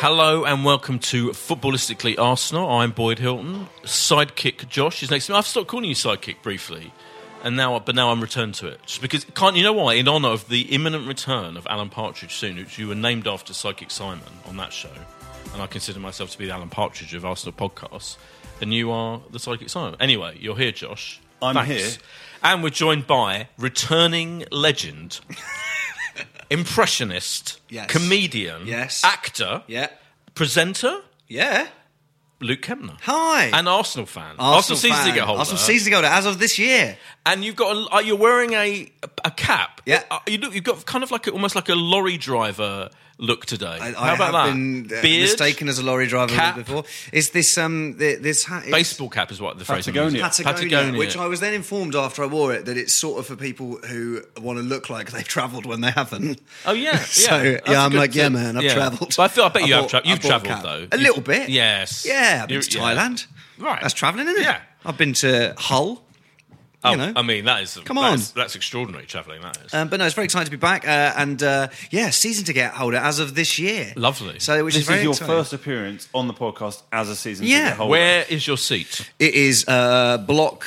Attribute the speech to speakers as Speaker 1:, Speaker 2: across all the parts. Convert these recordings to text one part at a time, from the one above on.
Speaker 1: Hello and welcome to Footballistically Arsenal. I'm Boyd Hilton. Sidekick Josh is next to me. I've stopped calling you sidekick briefly, and now, but now I'm returned to it. Just because, can't you know why? In honour of the imminent return of Alan Partridge soon, which you were named after Sidekick Simon on that show, and I consider myself to be the Alan Partridge of Arsenal podcasts, and you are the Sidekick Simon. Anyway, you're here, Josh.
Speaker 2: I'm here.
Speaker 1: And we're joined by returning legend, impressionist,
Speaker 2: Yes.
Speaker 1: comedian,
Speaker 2: Yes.
Speaker 1: actor,
Speaker 2: Yeah.
Speaker 1: presenter,
Speaker 2: Yeah.
Speaker 1: Luke Kemner.
Speaker 2: Hi.
Speaker 1: An Arsenal fan. Arsenal, season
Speaker 2: fan.
Speaker 1: ticket holder.
Speaker 2: Arsenal season ticket holder as of this year.
Speaker 1: And you've got a, uh, you're wearing a a cap.
Speaker 2: Yeah.
Speaker 1: Uh, You look, you've got kind of like a, almost like a lorry driver look today.
Speaker 2: I,
Speaker 1: How
Speaker 2: I
Speaker 1: about
Speaker 2: have
Speaker 1: that?
Speaker 2: been uh,
Speaker 1: Beard,
Speaker 2: mistaken as a lorry driver
Speaker 1: Cap.
Speaker 2: before. It's this um th- this hat? It's
Speaker 1: baseball cap is what the phrase
Speaker 2: Patagonia,
Speaker 1: means. Patagonia.
Speaker 2: which I was then informed after I wore it that it's sort of for people who want to look like they've travelled when they haven't.
Speaker 1: Oh yeah, yeah.
Speaker 2: so yeah,
Speaker 1: That's a
Speaker 2: I'm
Speaker 1: good
Speaker 2: like, yeah,
Speaker 1: tip.
Speaker 2: man, I've
Speaker 1: Yeah.
Speaker 2: travelled.
Speaker 1: But I feel I bet you have
Speaker 2: bought-
Speaker 1: tra- you've
Speaker 2: I bought
Speaker 1: travelled
Speaker 2: cap.
Speaker 1: though.
Speaker 2: a
Speaker 1: You-
Speaker 2: little bit.
Speaker 1: Yes.
Speaker 2: Yeah, I've been
Speaker 1: You're-
Speaker 2: to
Speaker 1: yeah.
Speaker 2: Thailand.
Speaker 1: Right.
Speaker 2: that's travelling, isn't it?
Speaker 1: Yeah.
Speaker 2: I've been to Hull.
Speaker 1: Oh,
Speaker 2: you know.
Speaker 1: I mean that is
Speaker 2: Come
Speaker 1: that
Speaker 2: on.
Speaker 1: is- that's extraordinary travelling. That is.
Speaker 2: Um, but no, it's very exciting to be back. Uh, and uh, yeah, season ticket holder as of this year.
Speaker 1: Lovely.
Speaker 2: So, which
Speaker 1: This
Speaker 2: is
Speaker 1: is
Speaker 2: very
Speaker 1: your
Speaker 2: exciting.
Speaker 3: first appearance on the podcast as a season
Speaker 2: Yeah.
Speaker 3: ticket holder.
Speaker 1: Where is your seat?
Speaker 2: It is uh, block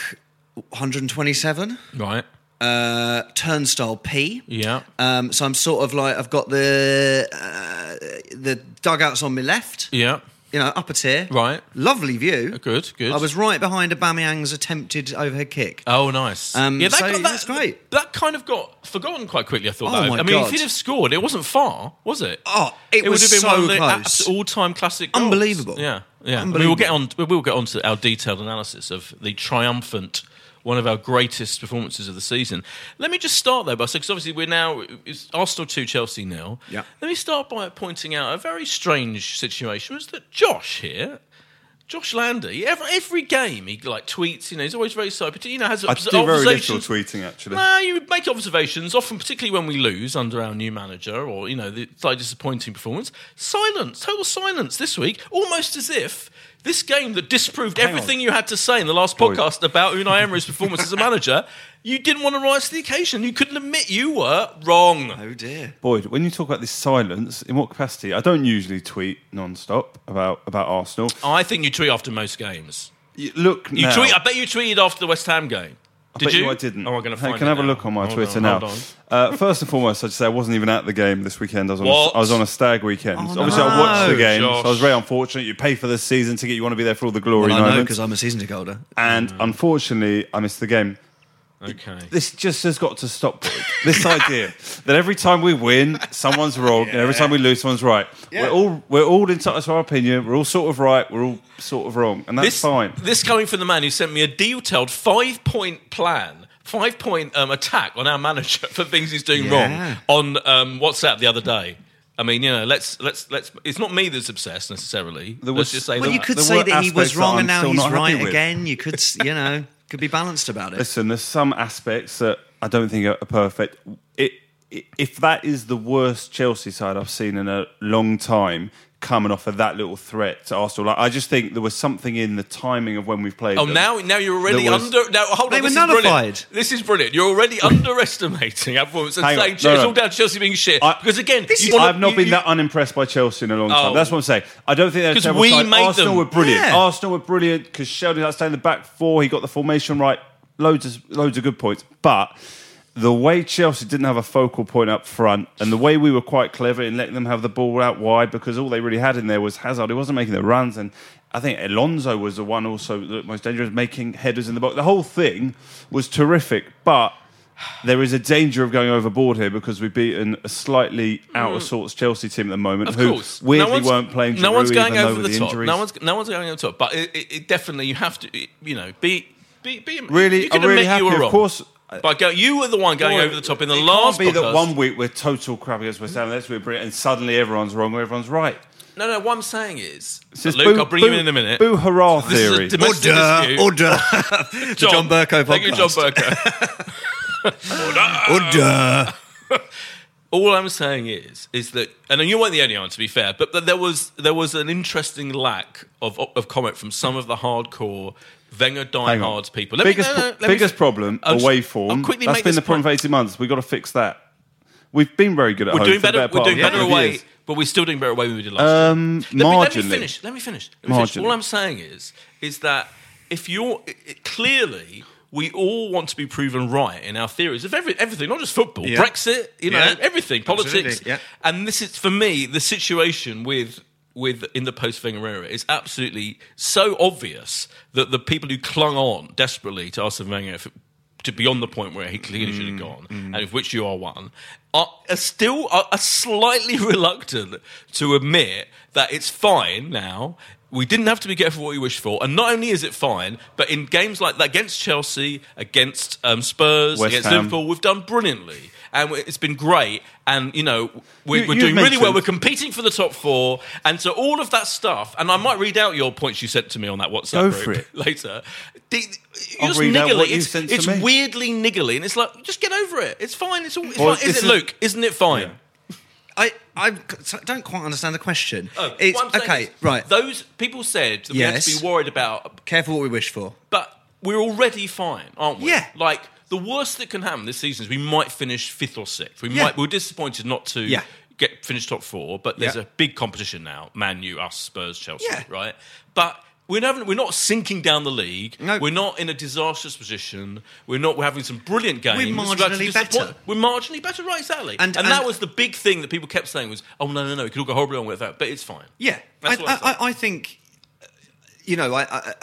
Speaker 2: 127,
Speaker 1: Right.
Speaker 2: uh, turnstile P.
Speaker 1: Yeah.
Speaker 2: Um, so I'm sort of like I've got the uh, the dugouts on my left.
Speaker 1: Yeah.
Speaker 2: You know, upper tier.
Speaker 1: Right. Uh,
Speaker 2: Lovely view.
Speaker 1: Good. Good.
Speaker 2: I was right behind Aubameyang's attempted overhead kick.
Speaker 1: Oh, nice!
Speaker 2: Um,
Speaker 1: yeah, that,
Speaker 2: so
Speaker 1: got- that,
Speaker 2: that's great.
Speaker 1: That kind of got forgotten quite quickly. I thought.
Speaker 2: Oh,
Speaker 1: though.
Speaker 2: my
Speaker 1: I mean, if
Speaker 2: God.
Speaker 1: he'd have scored, it wasn't far, was it?
Speaker 2: Oh, it
Speaker 1: would
Speaker 2: was
Speaker 1: have been
Speaker 2: so
Speaker 1: one of
Speaker 2: close.
Speaker 1: the all-time classic. goals.
Speaker 2: Unbelievable.
Speaker 1: Yeah, yeah. We will
Speaker 2: Unbelievable.
Speaker 1: get on. We will get on to our detailed analysis of the triumphant. One of our greatest performances of the season. Let me just start though by saying, 'cause obviously we're now it's Arsenal two, Chelsea nil.
Speaker 2: Yeah.
Speaker 1: Let me start by pointing out a very strange situation was that Josh here Josh Landy, every, every game he like tweets. You know, he's always very sober. You know, has
Speaker 3: I do very little
Speaker 1: observations.
Speaker 3: tweeting actually.
Speaker 1: Nah, you make observations often, particularly when we lose under our new manager, or you know, the slightly disappointing performance. Silence, total silence this week, almost as if this game that disproved everything you had to say in the last
Speaker 3: Boyd.
Speaker 1: podcast about Unai Emery's performance as a manager, you didn't want to rise to the occasion. You couldn't admit you were wrong.
Speaker 2: Oh dear.
Speaker 3: Boyd, when you talk about this silence, in what capacity? I don't usually tweet non-stop about about Arsenal.
Speaker 1: I think you tweet after most games.
Speaker 3: You look
Speaker 1: Oh. You
Speaker 3: now.
Speaker 1: tweet. I bet you tweeted after the West Ham game.
Speaker 3: I
Speaker 1: Did
Speaker 3: bet
Speaker 1: you?
Speaker 3: I didn't.
Speaker 1: Oh, I'm going to
Speaker 3: Hey,
Speaker 1: find
Speaker 3: Can
Speaker 1: it
Speaker 3: I have
Speaker 1: now.
Speaker 3: a look on my
Speaker 1: Hold
Speaker 3: Twitter
Speaker 1: on,
Speaker 3: now?
Speaker 1: hold on.
Speaker 3: Uh, first and foremost, I'd say I wasn't even at the game this weekend. I was on, a,
Speaker 1: What?
Speaker 3: I was on a stag weekend.
Speaker 2: Oh,
Speaker 3: Obviously, I
Speaker 2: no.
Speaker 3: watched the game, so
Speaker 1: Josh.
Speaker 3: I was very unfortunate. You pay for the season ticket, you want to be there for all the glory
Speaker 2: Well, I know
Speaker 3: moments.
Speaker 2: because I'm a season ticket holder.
Speaker 3: and unfortunately, I missed the game.
Speaker 1: Okay.
Speaker 3: This just has got to stop. Boyd. This idea that every time we win, someone's wrong, and every time we lose, someone's right. We're all we're all entitled to our opinion. We're all sort of right. We're all sort of wrong, and that's
Speaker 1: This,
Speaker 3: fine.
Speaker 1: this coming from the man who sent me a detailed five point plan, five point um, attack on our manager for things he's doing
Speaker 2: Yeah.
Speaker 1: wrong on um, WhatsApp the other day. I mean, you know, let's let's let's. It's not me that's obsessed necessarily.
Speaker 3: There
Speaker 1: let's
Speaker 3: was-
Speaker 1: just say
Speaker 2: Well,
Speaker 1: that.
Speaker 2: you could
Speaker 3: there
Speaker 2: say
Speaker 3: were
Speaker 2: that he was
Speaker 3: aspects that
Speaker 2: wrong
Speaker 3: I'm
Speaker 2: and now
Speaker 3: still
Speaker 2: he's
Speaker 3: not happy
Speaker 2: right
Speaker 3: with.
Speaker 2: again. You could, s- you know, could be balanced about it.
Speaker 3: Listen, there's some aspects that I don't think are perfect. It i- if that is the worst Chelsea side I've seen in a long time coming off of that little threat to Arsenal, like, I just think there was something in the timing of when we played.
Speaker 1: Oh,
Speaker 3: them.
Speaker 1: now now you're already
Speaker 3: There was-
Speaker 1: under. Now hold
Speaker 2: They
Speaker 1: on,
Speaker 2: were
Speaker 1: this is brilliant.
Speaker 2: nullified.
Speaker 1: This is brilliant. You're already underestimating our performance and
Speaker 3: Hang on,
Speaker 1: saying
Speaker 3: no,
Speaker 1: it's
Speaker 3: no.
Speaker 1: all down to Chelsea being shit.
Speaker 3: I-
Speaker 1: because again,
Speaker 2: This
Speaker 1: you
Speaker 2: is-
Speaker 1: wanna-
Speaker 3: I've not
Speaker 1: you-
Speaker 3: been
Speaker 1: you-
Speaker 3: that unimpressed by Chelsea in a long
Speaker 1: Oh.
Speaker 3: time. That's what I'm saying. I don't think they're a
Speaker 1: 'Cause
Speaker 3: terrible
Speaker 1: we
Speaker 3: side.
Speaker 1: made
Speaker 3: Arsenal
Speaker 1: them.
Speaker 3: were brilliant.
Speaker 2: Yeah.
Speaker 3: Arsenal were brilliant because Sheldon had to stay in the back four. He got the formation right. Loads of loads of good points, but. The way Chelsea didn't have a focal point up front, and the way we were quite clever in letting them have the ball out wide, because all they really had in there was Hazard, who wasn't making the runs, and I think Alonso was the one also that most dangerous, making headers in the box. The whole thing was terrific, but there is a danger of going overboard here because we've beaten a slightly out of sorts Chelsea team at the moment
Speaker 1: Mm. Of
Speaker 3: who
Speaker 1: course, no
Speaker 3: weirdly
Speaker 1: one's-
Speaker 3: weren't playing.
Speaker 1: No
Speaker 3: Giroud,
Speaker 1: one's going
Speaker 3: even though
Speaker 1: over
Speaker 3: with
Speaker 1: the, top.
Speaker 3: Injuries.
Speaker 1: No one's no one's going over the top. But it, it, it definitely you have to. it- you know, be be be.
Speaker 3: Really,
Speaker 1: you
Speaker 3: I'm
Speaker 1: can
Speaker 3: really
Speaker 1: admit
Speaker 3: happy.
Speaker 1: you were
Speaker 3: of
Speaker 1: wrong.
Speaker 3: course,
Speaker 1: By go, you were the one going
Speaker 3: Well,
Speaker 1: over the top in the
Speaker 3: it
Speaker 1: last.
Speaker 3: Can't be that
Speaker 1: podcast.
Speaker 3: one week we're total crap against West Ham. Next week we're brilliant, and suddenly everyone's wrong or everyone's right.
Speaker 1: No, no. What I'm saying is,
Speaker 3: It's just
Speaker 1: Luke,
Speaker 3: boo-
Speaker 1: I'll bring you
Speaker 3: boo-
Speaker 1: in in a minute.
Speaker 3: Boo hurrah
Speaker 1: This is a
Speaker 3: theory.
Speaker 1: domestic
Speaker 2: Order,
Speaker 1: dispute.
Speaker 2: order. The John Burko podcast.
Speaker 1: Thank you, John Burko.
Speaker 2: Order.
Speaker 1: All I'm saying is, is that, and you weren't the only one to be fair, but, but there was there was an interesting lack of of comment from some of the hardcore Wenger
Speaker 3: Hang on.
Speaker 1: diehards people. Let me-
Speaker 3: biggest
Speaker 1: no, no, let me-
Speaker 3: biggest problem
Speaker 1: I'll just-
Speaker 3: away
Speaker 1: I'll
Speaker 3: form.
Speaker 1: quickly
Speaker 3: That's
Speaker 1: make
Speaker 3: been
Speaker 1: this
Speaker 3: the problem for
Speaker 1: point.
Speaker 3: eighteen months. We've got to fix that. We've been very good at
Speaker 1: We're
Speaker 3: home.
Speaker 1: doing
Speaker 3: for the
Speaker 1: better.
Speaker 3: better
Speaker 1: We're
Speaker 3: part
Speaker 1: doing
Speaker 3: of a
Speaker 1: better
Speaker 3: couple of
Speaker 1: away,
Speaker 3: years.
Speaker 1: but we're still doing better away than we did last year.
Speaker 3: Um,
Speaker 1: Let me, let me
Speaker 3: marginally.
Speaker 1: finish. Let me finish. Let me finish.
Speaker 3: Marginally.
Speaker 1: All I'm saying is, is that if you're it, it- clearly, we all want to be proven right in our theories of every, everything, not just football,
Speaker 2: Yeah.
Speaker 1: Brexit, you know,
Speaker 2: Yeah.
Speaker 1: everything, politics,
Speaker 2: Absolutely, yeah.
Speaker 1: and this is for me the situation with. With in the post Wenger era is absolutely so obvious that the people who clung on desperately to Arsene Wenger for, to beyond the point where he clearly should
Speaker 3: Mm,
Speaker 1: have gone, and of which you are one, are, are still are, are slightly reluctant to admit that it's fine now. We didn't have to be careful what we wish for, and not only is it fine, but in games like that against Chelsea, against um, Spurs,
Speaker 3: West
Speaker 1: against
Speaker 3: Ham.
Speaker 1: Liverpool, we've done brilliantly, and it's been great. And you know we're,
Speaker 3: You-
Speaker 1: we're doing
Speaker 3: you've
Speaker 1: really well.
Speaker 3: mentioned-
Speaker 1: We're competing for the top four, and so all of that stuff. And I might read out your points you sent to me on that WhatsApp
Speaker 3: Go
Speaker 1: group
Speaker 3: for it.
Speaker 1: later. The-
Speaker 3: I'll
Speaker 1: just
Speaker 3: read out
Speaker 1: niggly.
Speaker 3: what you
Speaker 1: it's
Speaker 3: sent to
Speaker 1: it's
Speaker 3: me.
Speaker 1: weirdly niggly, and it's like just get over it. It's fine. It's all. It's
Speaker 3: Well,
Speaker 1: fine. Is
Speaker 3: this
Speaker 1: it
Speaker 3: is-
Speaker 1: Luke? Isn't it fine?
Speaker 2: I, I don't quite understand the question.
Speaker 1: Oh,
Speaker 2: it's,
Speaker 1: what I'm saying
Speaker 2: okay,
Speaker 1: is
Speaker 2: right.
Speaker 1: Those people said that we had
Speaker 2: Yes.
Speaker 1: to be worried about,
Speaker 2: Careful what we wish for.
Speaker 1: but we're already fine, aren't we?
Speaker 2: Yeah.
Speaker 1: Like the worst that can happen this season is we might finish fifth or sixth. We
Speaker 2: Yeah.
Speaker 1: might. We're disappointed not to
Speaker 2: Yeah.
Speaker 1: get finish top four, but there's
Speaker 2: Yeah.
Speaker 1: a big competition now: Man U, us, Spurs, Chelsea,
Speaker 2: Yeah.
Speaker 1: right? But. We're not, we're not sinking down the league.
Speaker 2: No.
Speaker 1: We're not in a disastrous position. We're not. We're having some brilliant games. actually
Speaker 2: marginally
Speaker 1: disappoint-
Speaker 2: better.
Speaker 1: We're marginally better, right? Exactly.
Speaker 2: And-
Speaker 1: and that
Speaker 2: and-
Speaker 1: was the big thing that people kept saying was, "Oh no, no, no, it could all go horribly wrong with that, but it's fine."
Speaker 2: Yeah, I,
Speaker 1: That's what I
Speaker 2: I, I, I think you know, I, I,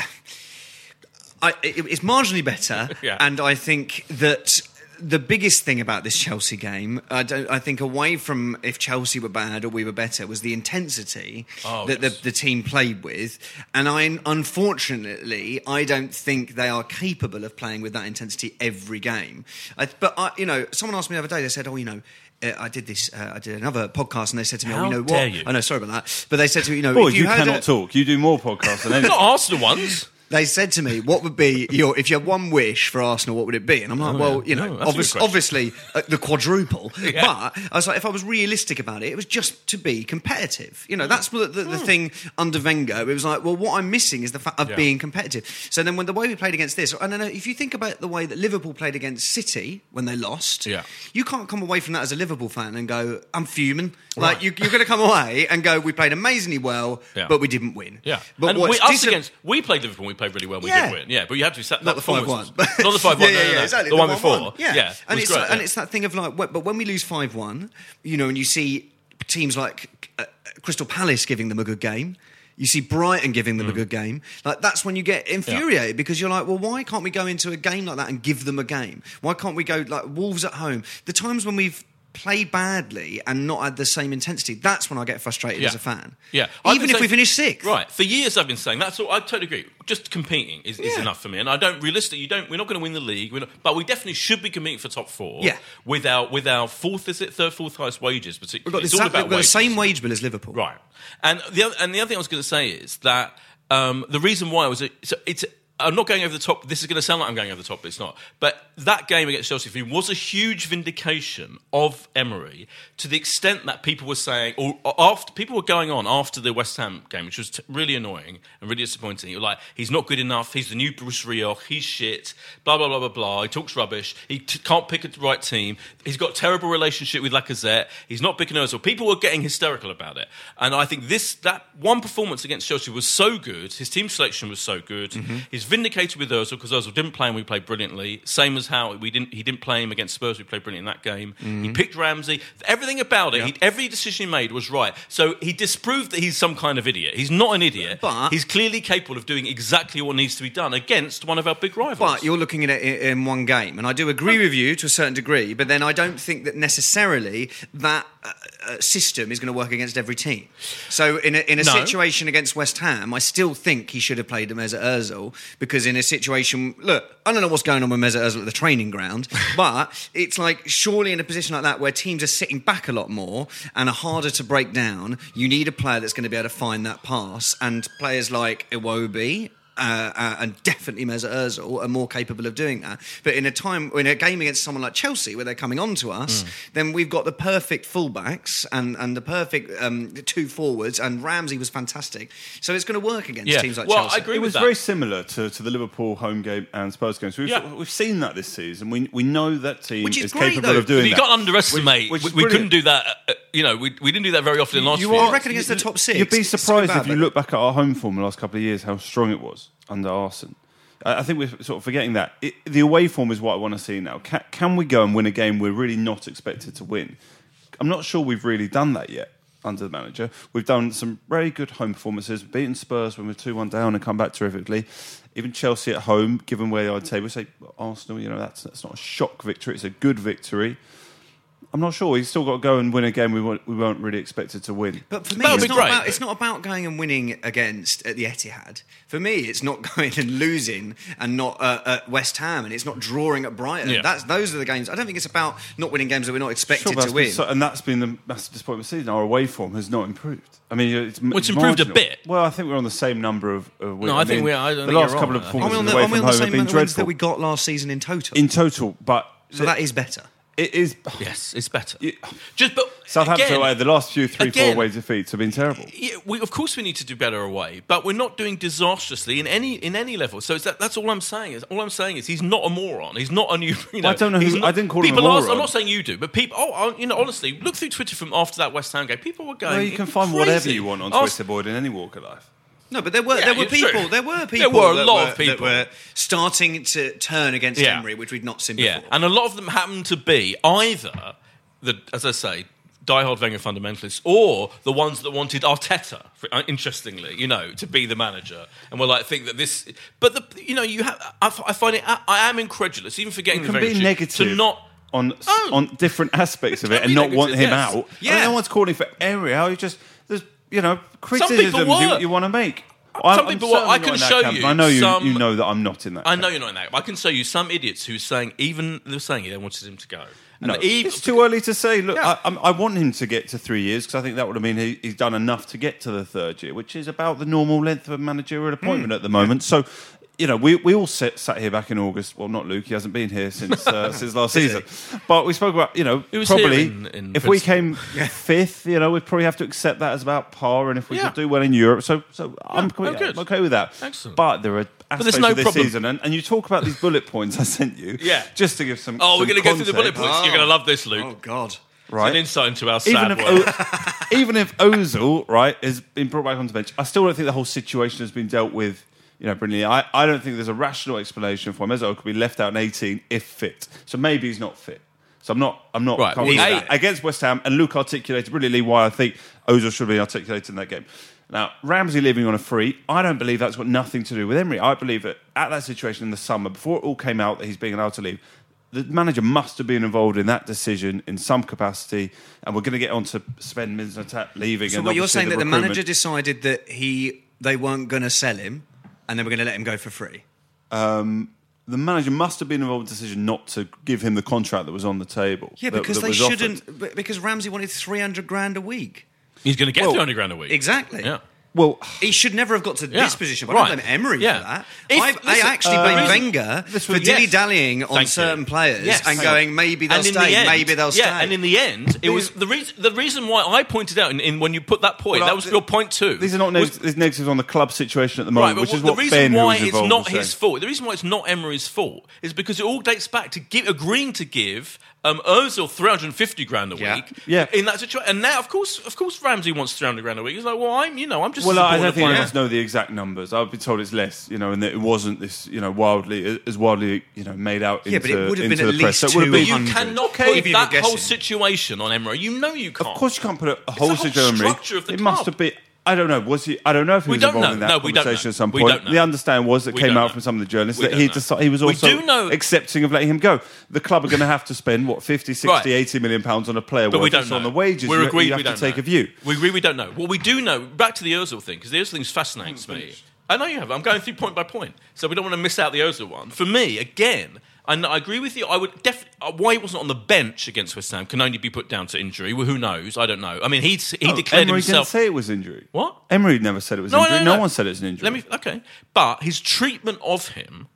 Speaker 2: I it, it's marginally better,
Speaker 1: Yeah.
Speaker 2: and I think that the biggest thing about this Chelsea game, I don't, I think, away from if Chelsea were bad or we were better, was the intensity
Speaker 1: Oh,
Speaker 2: that
Speaker 1: yes.
Speaker 2: the, the team played with, and I unfortunately I don't think they are capable of playing with that intensity every game. I, but I, you know, someone asked me the other day, they said, "Oh, you know." Uh, I did this. Uh, I did another podcast, and they said to me, "Oh,
Speaker 1: How
Speaker 2: you know
Speaker 1: dare
Speaker 2: what?
Speaker 1: you.
Speaker 2: I know. Sorry about that." But they said to me, "You know,
Speaker 3: Boy,
Speaker 2: if
Speaker 3: you,
Speaker 2: you, had
Speaker 3: cannot
Speaker 2: a-
Speaker 3: talk. You do more podcasts than
Speaker 1: It's
Speaker 3: anyone.
Speaker 1: not Arsenal ones.
Speaker 2: They said to me, "What would be your if you had one wish for Arsenal? What would it be?" And I'm like, "Well, you
Speaker 1: Oh, No,
Speaker 2: know,
Speaker 1: that's a
Speaker 2: obvious-
Speaker 1: good
Speaker 2: obviously uh, the quadruple."
Speaker 1: Yeah.
Speaker 2: But I was like, if I was realistic about it, it was just to be competitive. You know, that's the, the, the thing under Wenger. It was like, well, what I'm missing is the fact of
Speaker 1: Hmm. Yeah.
Speaker 2: being competitive. So then, when the way we played against this, and I know if you think about the way that Liverpool played against City when they lost,
Speaker 1: Yeah.
Speaker 2: you can't come away from that as a Liverpool fan and go, "I'm fuming." Like you, you're going to come away and go, "We played amazingly well,
Speaker 1: Yeah.
Speaker 2: but we didn't win."
Speaker 1: Yeah,
Speaker 2: but
Speaker 1: and we,
Speaker 2: what's
Speaker 1: us
Speaker 2: disa-
Speaker 1: against we played Liverpool. We played really well. We
Speaker 2: Yeah.
Speaker 1: did win. Yeah, but you have to be sat, that
Speaker 2: not the five one,
Speaker 1: performance was- not the five one.
Speaker 2: yeah,
Speaker 1: no,
Speaker 2: yeah,
Speaker 1: no,
Speaker 2: yeah,
Speaker 1: no.
Speaker 2: exactly.
Speaker 1: the one
Speaker 2: 1-1.
Speaker 1: before.
Speaker 2: Yeah,
Speaker 1: yeah,
Speaker 2: and
Speaker 1: was
Speaker 2: it's
Speaker 1: great,
Speaker 2: like-
Speaker 1: yeah.
Speaker 2: and it's that thing of like, wh- but when we lose five one, you know, and you see teams like uh, Crystal Palace giving them a good game. You see Brighton giving
Speaker 1: Mm.
Speaker 2: them a good game. Like that's when you get infuriated because you're like, well, why can't we go into a game like that and give them a game? Why can't we go like Wolves at home? The times when we've played badly and not had the same intensity, that's when I get frustrated
Speaker 1: Yeah.
Speaker 2: as a fan.
Speaker 1: Yeah, I've
Speaker 2: even
Speaker 1: been
Speaker 2: if we
Speaker 1: saying-
Speaker 2: finish sixth,
Speaker 1: Right, for years I've been saying that's all. I totally agree. Just competing is, is
Speaker 2: Yeah.
Speaker 1: enough for me, and I don't realistically. You don't. We're not going to win the league, we're not, but we definitely should be competing for top four.
Speaker 2: Yeah.
Speaker 1: with our with our fourth is it third fourth highest wages, particularly.
Speaker 2: We've got,
Speaker 1: it's
Speaker 2: exactly-
Speaker 1: all about
Speaker 2: we've got the
Speaker 1: wages.
Speaker 2: same wage bill as Liverpool.
Speaker 1: Right. And the other, and the other thing I was going to say is that um, the reason why I was so it's I'm not going over the top. This is going to sound like I'm going over the top, but it's not. But that game against Chelsea for me was a huge vindication of Emery to the extent that people were saying, or after people were going on after the West Ham game, which was t- really annoying and really disappointing. You were like, he's not good enough. He's the new Bruce Rioch. He's shit. Blah blah blah blah blah. He talks rubbish. He t- can't pick the right team. He's got a terrible relationship with Lacazette. He's not big enough. So people were getting hysterical about it. And I think this that one performance against Chelsea was so good. His team selection was so good.
Speaker 2: Mm-hmm.
Speaker 1: He's vindicated with Özil because Özil didn't play and we played brilliantly. Same as how we didn't he didn't play him against Spurs. We played brilliant in that game.
Speaker 2: Mm-hmm.
Speaker 1: He picked Ramsey. Everything about it. He, every decision he made was right. So he disproved that he's some kind of idiot. He's not an idiot.
Speaker 2: But-
Speaker 1: he's clearly capable of doing exactly what needs to be done against one of our big rivals.
Speaker 2: But you're looking at it i- in one game, and I do agree with you to a certain degree. But then I don't think that necessarily that uh, uh, system is going to work against every team. So in a, in a
Speaker 1: No.
Speaker 2: situation against West Ham, I still think he should have played Mesut Özil because in a situation, look, I don't know what's going on with Mesut Özil at the training ground, but it's like surely in a position like that where teams are sitting back a lot more and are harder to break down, you need a player that's going to be able to find that pass, and players like Iwobi uh, uh, and definitely Mesut Ozil are more capable of doing that. But in a time, in a game against someone like Chelsea, where they're coming on to us,
Speaker 1: Mm.
Speaker 2: then we've got the perfect fullbacks and and the perfect um, two forwards, and Ramsey was fantastic. So it's going to work against
Speaker 1: Yeah.
Speaker 2: teams like
Speaker 1: Well, I
Speaker 2: Chelsea.
Speaker 1: agree
Speaker 3: It
Speaker 1: with
Speaker 3: was
Speaker 1: that.
Speaker 3: very similar to, to the Liverpool home game and Spurs games. We've,
Speaker 1: Yeah.
Speaker 3: we've seen that this season. We, we know that team
Speaker 2: Which is great,
Speaker 3: capable
Speaker 2: though.
Speaker 3: of doing
Speaker 1: you
Speaker 3: that.
Speaker 1: can't underestimate.
Speaker 3: Which- which is
Speaker 1: we we couldn't
Speaker 3: brilliant.
Speaker 1: do that. uh, you know, we, we didn't do that very often in last
Speaker 2: You
Speaker 1: few.
Speaker 2: are- I reckon against the top six,
Speaker 3: You'd be
Speaker 2: it's so
Speaker 3: surprised
Speaker 2: bad,
Speaker 3: if you
Speaker 2: but-
Speaker 3: look back at our home form in the last couple of years how strong it was under Arsene. I I think we're sort of forgetting that. It, the away form is what I want to see now. Can, can we go and win a game we're really not expected to win? I'm not sure we've really done that yet under the manager. We've done some very good home performances, beaten Spurs when we're 2 1 down and come back terrifically. Even Chelsea at home, given where they are table, say Arsenal, you know, that's, that's not a shock victory, it's a good victory. I'm not sure. He's still got to go and win a game we weren't, we weren't really expected to win.
Speaker 2: But for me,
Speaker 1: That'll
Speaker 2: it's
Speaker 1: be
Speaker 2: not,
Speaker 1: great,
Speaker 2: about,
Speaker 1: but-
Speaker 2: it's not about going and winning against at the Etihad. For me, it's not going and losing and not uh, at West Ham, and it's not drawing at Brighton.
Speaker 1: Yeah.
Speaker 2: That's those are the games. I don't think it's about not winning games that we're not
Speaker 3: Sure,
Speaker 2: expected
Speaker 3: but
Speaker 2: to
Speaker 3: that's been
Speaker 2: win.
Speaker 3: so- and that's been the massive disappointment of the season. Our away form has not improved. I mean, it's, well,
Speaker 1: it's improved a bit.
Speaker 3: Well, I think we're on the same number of. of wins.
Speaker 1: No, I think
Speaker 3: mean,
Speaker 1: we are. I don't
Speaker 3: the
Speaker 1: think
Speaker 3: last
Speaker 1: you're
Speaker 3: couple
Speaker 1: wrong.
Speaker 3: of
Speaker 2: Are we on
Speaker 3: performances
Speaker 2: the,
Speaker 3: away
Speaker 2: are we
Speaker 3: from
Speaker 2: on the
Speaker 3: home have
Speaker 2: same
Speaker 3: been
Speaker 2: amount of wins
Speaker 3: dreadful
Speaker 2: that we got last season in total?
Speaker 3: in total. But
Speaker 2: so that is better.
Speaker 3: it is
Speaker 1: Yes, it's better. Just but
Speaker 3: Southampton
Speaker 1: again,
Speaker 3: away. The last few three, four
Speaker 1: again-
Speaker 3: away defeats have been terrible.
Speaker 1: yeah, we, of course we need to do better away, but we're not doing disastrously in any in any level. So it's that, that's all I'm saying. Is all I'm saying is he's not a moron. He's not a new. You know,
Speaker 3: I don't know who-
Speaker 1: he's
Speaker 3: I didn't call him a
Speaker 1: people Are, I'm
Speaker 3: moron.
Speaker 1: not saying you do, but people. Oh, I- you know, honestly, look through Twitter from after that West Ham game. People were going.
Speaker 3: Well, you can find
Speaker 1: crazy.
Speaker 3: whatever you want on
Speaker 1: Ask-
Speaker 3: Twitter board in any walk of life.
Speaker 2: No, but there were
Speaker 1: Yeah,
Speaker 2: there were
Speaker 1: it's
Speaker 2: people.
Speaker 1: true.
Speaker 2: There were
Speaker 1: There
Speaker 2: people.
Speaker 1: were a
Speaker 2: that
Speaker 1: lot of
Speaker 2: were-
Speaker 1: people.
Speaker 2: that were starting to turn against
Speaker 1: Yeah.
Speaker 2: Emery, which we'd not seen
Speaker 1: Yeah,
Speaker 2: before.
Speaker 1: and a lot of them happen to be either the, as I say, diehard Wenger fundamentalists, or the ones that wanted Arteta, for- uh, interestingly, you know, to be the manager, and were like, think that this. But the, you know, you have. I, f- I find it. I, I am incredulous, even forgetting
Speaker 3: You can
Speaker 1: the Wenger
Speaker 3: be
Speaker 1: shit,
Speaker 3: negative
Speaker 1: to not.
Speaker 3: on s
Speaker 1: Oh.
Speaker 3: on different aspects of
Speaker 1: You
Speaker 3: it
Speaker 1: can
Speaker 3: and
Speaker 1: be
Speaker 3: not want him
Speaker 1: negative, yes.
Speaker 3: out. I mean,
Speaker 1: Yeah.
Speaker 3: no one's calling for Ariel. You just there's you know
Speaker 1: people
Speaker 3: criticisms you,
Speaker 1: were.
Speaker 3: you want to make.
Speaker 1: Some people were.
Speaker 3: certainly
Speaker 1: I
Speaker 3: not
Speaker 1: can
Speaker 3: in that
Speaker 1: show
Speaker 3: camp.
Speaker 1: you
Speaker 3: I know you,
Speaker 1: some-
Speaker 3: you know that I'm not in that.
Speaker 1: I
Speaker 3: camp.
Speaker 1: know you're not in that. But I can show you some idiots who's saying even they're saying they wanted him to go. And
Speaker 3: No,
Speaker 1: the eve-
Speaker 3: it's too early to say. Look, I, I'm, I want him to get to three years because I think that would have mean he, he's done enough to get to the third year, which is about the normal length of a
Speaker 1: Hmm.
Speaker 3: managerial appointment at the moment. So, you know, we, we all sat, sat here back in August. Well, not Luke; he hasn't been here since uh, since last season. But we spoke about, you know,
Speaker 1: He was
Speaker 3: probably
Speaker 1: here in- in
Speaker 3: if we
Speaker 1: Princeton.
Speaker 3: came fifth, you know, we'd probably have to accept that as about par. And if we
Speaker 1: Yeah.
Speaker 3: could do well in Europe, so so I'm,
Speaker 1: oh,
Speaker 3: I'm
Speaker 1: good.
Speaker 3: okay with that.
Speaker 1: Excellent.
Speaker 3: But there are.
Speaker 1: there's
Speaker 3: Aspects
Speaker 1: no
Speaker 3: of this
Speaker 1: problem.
Speaker 3: season, and, and you talk about these bullet points I sent you,
Speaker 1: Yeah.
Speaker 3: just to give some.
Speaker 1: oh, we're
Speaker 3: some
Speaker 1: going to go through the bullet
Speaker 3: context.
Speaker 1: points. You're
Speaker 2: Oh.
Speaker 1: going to love this, Luke.
Speaker 2: Oh God.
Speaker 3: Right.
Speaker 1: It's an insight into our sad
Speaker 3: even if
Speaker 1: world.
Speaker 3: O- even if Ozil right has been brought back onto the bench, I still don't think the whole situation has been dealt with. You know, brilliantly. I, I don't think there's a rational explanation for him. Ozil could be left out in 18 if fit, so maybe he's not fit. So I'm not. I'm not
Speaker 1: Right,
Speaker 3: comfortable
Speaker 1: well,
Speaker 3: with
Speaker 1: he-
Speaker 3: that. against West Ham, and Luke articulated brilliantly why I think Ozil should be articulated in that game. Now Ramsey leaving on a free, I don't believe that's got nothing to do with Emery. I believe that at that situation in the summer, before it all came out that he's being allowed to leave, the manager must have been involved in that decision in some capacity. And we're going to get on to Sven Misnatat leaving.
Speaker 2: So
Speaker 3: and
Speaker 2: what you're
Speaker 3: obviously
Speaker 2: saying that the
Speaker 3: recruitment.
Speaker 2: manager decided that he they weren't going to sell him, and they were going to let him go for free.
Speaker 3: the manager must have been involved in the decision not to give him the contract that was on the table.
Speaker 2: Yeah,
Speaker 3: that-
Speaker 2: because
Speaker 3: that
Speaker 2: they
Speaker 3: was offered.
Speaker 2: shouldn't. b- Because Ramsey wanted three hundred grand a week.
Speaker 1: He's going to get
Speaker 3: Well,
Speaker 1: 300 grand a week.
Speaker 2: Exactly.
Speaker 1: Yeah.
Speaker 3: Well,
Speaker 2: He should never have got to
Speaker 1: Yeah,
Speaker 2: this position. But I
Speaker 1: right.
Speaker 2: don't blame Emery
Speaker 1: Yeah.
Speaker 2: for that.
Speaker 1: If-
Speaker 2: I,
Speaker 1: listen,
Speaker 2: I actually
Speaker 1: uh,
Speaker 2: blame
Speaker 1: reason-
Speaker 2: Wenger
Speaker 3: This
Speaker 2: for
Speaker 3: was-
Speaker 2: dilly
Speaker 1: yes.
Speaker 2: dallying on
Speaker 1: Thank you.
Speaker 2: certain players
Speaker 1: Yes.
Speaker 2: and
Speaker 1: Hang on.
Speaker 2: going maybe they'll
Speaker 1: And in
Speaker 2: stay,
Speaker 1: the end-
Speaker 2: maybe they'll stay.
Speaker 1: Yeah, and in the end, it was the reason. The reason why I pointed out in, in when you put that point,
Speaker 3: Well,
Speaker 1: that was
Speaker 3: I-
Speaker 1: your point too.
Speaker 3: these are not
Speaker 1: was-
Speaker 3: neg- there's negatives on the club situation at the
Speaker 1: Right,
Speaker 3: moment,
Speaker 1: but
Speaker 3: which is
Speaker 1: the
Speaker 3: what
Speaker 1: reason
Speaker 3: Ben, who
Speaker 1: why
Speaker 3: was
Speaker 1: it's
Speaker 3: involved,
Speaker 1: not
Speaker 3: was
Speaker 1: his
Speaker 3: saying.
Speaker 1: fault, the reason why it's not Emery's fault, is because it all dates back to give, agreeing to give um, Ozil three hundred and fifty grand a
Speaker 2: Yeah.
Speaker 1: week.
Speaker 3: Yeah.
Speaker 1: in that situation, and now of course, of course, Ramsey wants three hundred grand a week. He's like, well, I'm, you know, I'm just.
Speaker 3: Well, I
Speaker 1: supporting
Speaker 3: don't think
Speaker 1: the
Speaker 3: anyone's know the exact numbers. I've been told it's less, you know, and that it wasn't this, you know, wildly as wildly, you know, made out
Speaker 2: Yeah,
Speaker 3: into,
Speaker 2: but it would have been
Speaker 3: into
Speaker 2: at
Speaker 3: the press.
Speaker 2: least
Speaker 3: So it would have been,
Speaker 2: two-
Speaker 1: player. You
Speaker 2: 100.
Speaker 1: cannot
Speaker 2: Okay,
Speaker 1: put
Speaker 2: if you were
Speaker 1: that whole
Speaker 2: guessing.
Speaker 1: situation on Emery. You know you can't.
Speaker 3: Of course, you can't put a a
Speaker 1: the
Speaker 3: whole
Speaker 1: whole
Speaker 3: situation on
Speaker 1: structure of the
Speaker 3: It must
Speaker 1: club.
Speaker 3: have been. I don't know. Was he? I don't know if he
Speaker 1: We
Speaker 3: was
Speaker 1: don't
Speaker 3: involved
Speaker 1: know.
Speaker 3: in that
Speaker 1: No, we don't
Speaker 3: conversation
Speaker 1: know.
Speaker 3: at some
Speaker 1: We
Speaker 3: point.
Speaker 1: don't know.
Speaker 3: The understand was that
Speaker 1: We
Speaker 3: came
Speaker 1: don't
Speaker 3: out
Speaker 1: know.
Speaker 3: from some of the journalists
Speaker 1: We
Speaker 3: that
Speaker 1: don't
Speaker 3: he
Speaker 1: know.
Speaker 3: decided he was
Speaker 1: We
Speaker 3: also
Speaker 1: do know-
Speaker 3: accepting of letting him go. The club are going to have to spend what 50, 60,
Speaker 1: Right.
Speaker 3: 80 million pounds on a player,
Speaker 1: But
Speaker 3: worth.
Speaker 1: we don't
Speaker 3: It's
Speaker 1: know.
Speaker 3: on the wages.
Speaker 1: We're
Speaker 3: you,
Speaker 1: agreed
Speaker 3: you have
Speaker 1: we
Speaker 3: to
Speaker 1: don't
Speaker 3: take
Speaker 1: know.
Speaker 3: a view.
Speaker 1: We agree we don't know. What we do know, back to the Ozil thing, because the Ozil thing's fascinating
Speaker 3: Hmm,
Speaker 1: to me. I know you have. I'm going through point by point, so we don't want to miss out the Ozil one. For me, again, I, know- I agree with you. I would def- uh, why he wasn't on the bench against West Ham can only be put down to injury. Well, who knows? I don't know. I mean, he's, he
Speaker 3: No,
Speaker 1: declared
Speaker 3: Oh, Emery
Speaker 1: himself.
Speaker 3: didn't say it was injury.
Speaker 1: What?
Speaker 3: Emery never said it was injury. one said it was an injury.
Speaker 1: Let me okay, but his treatment of him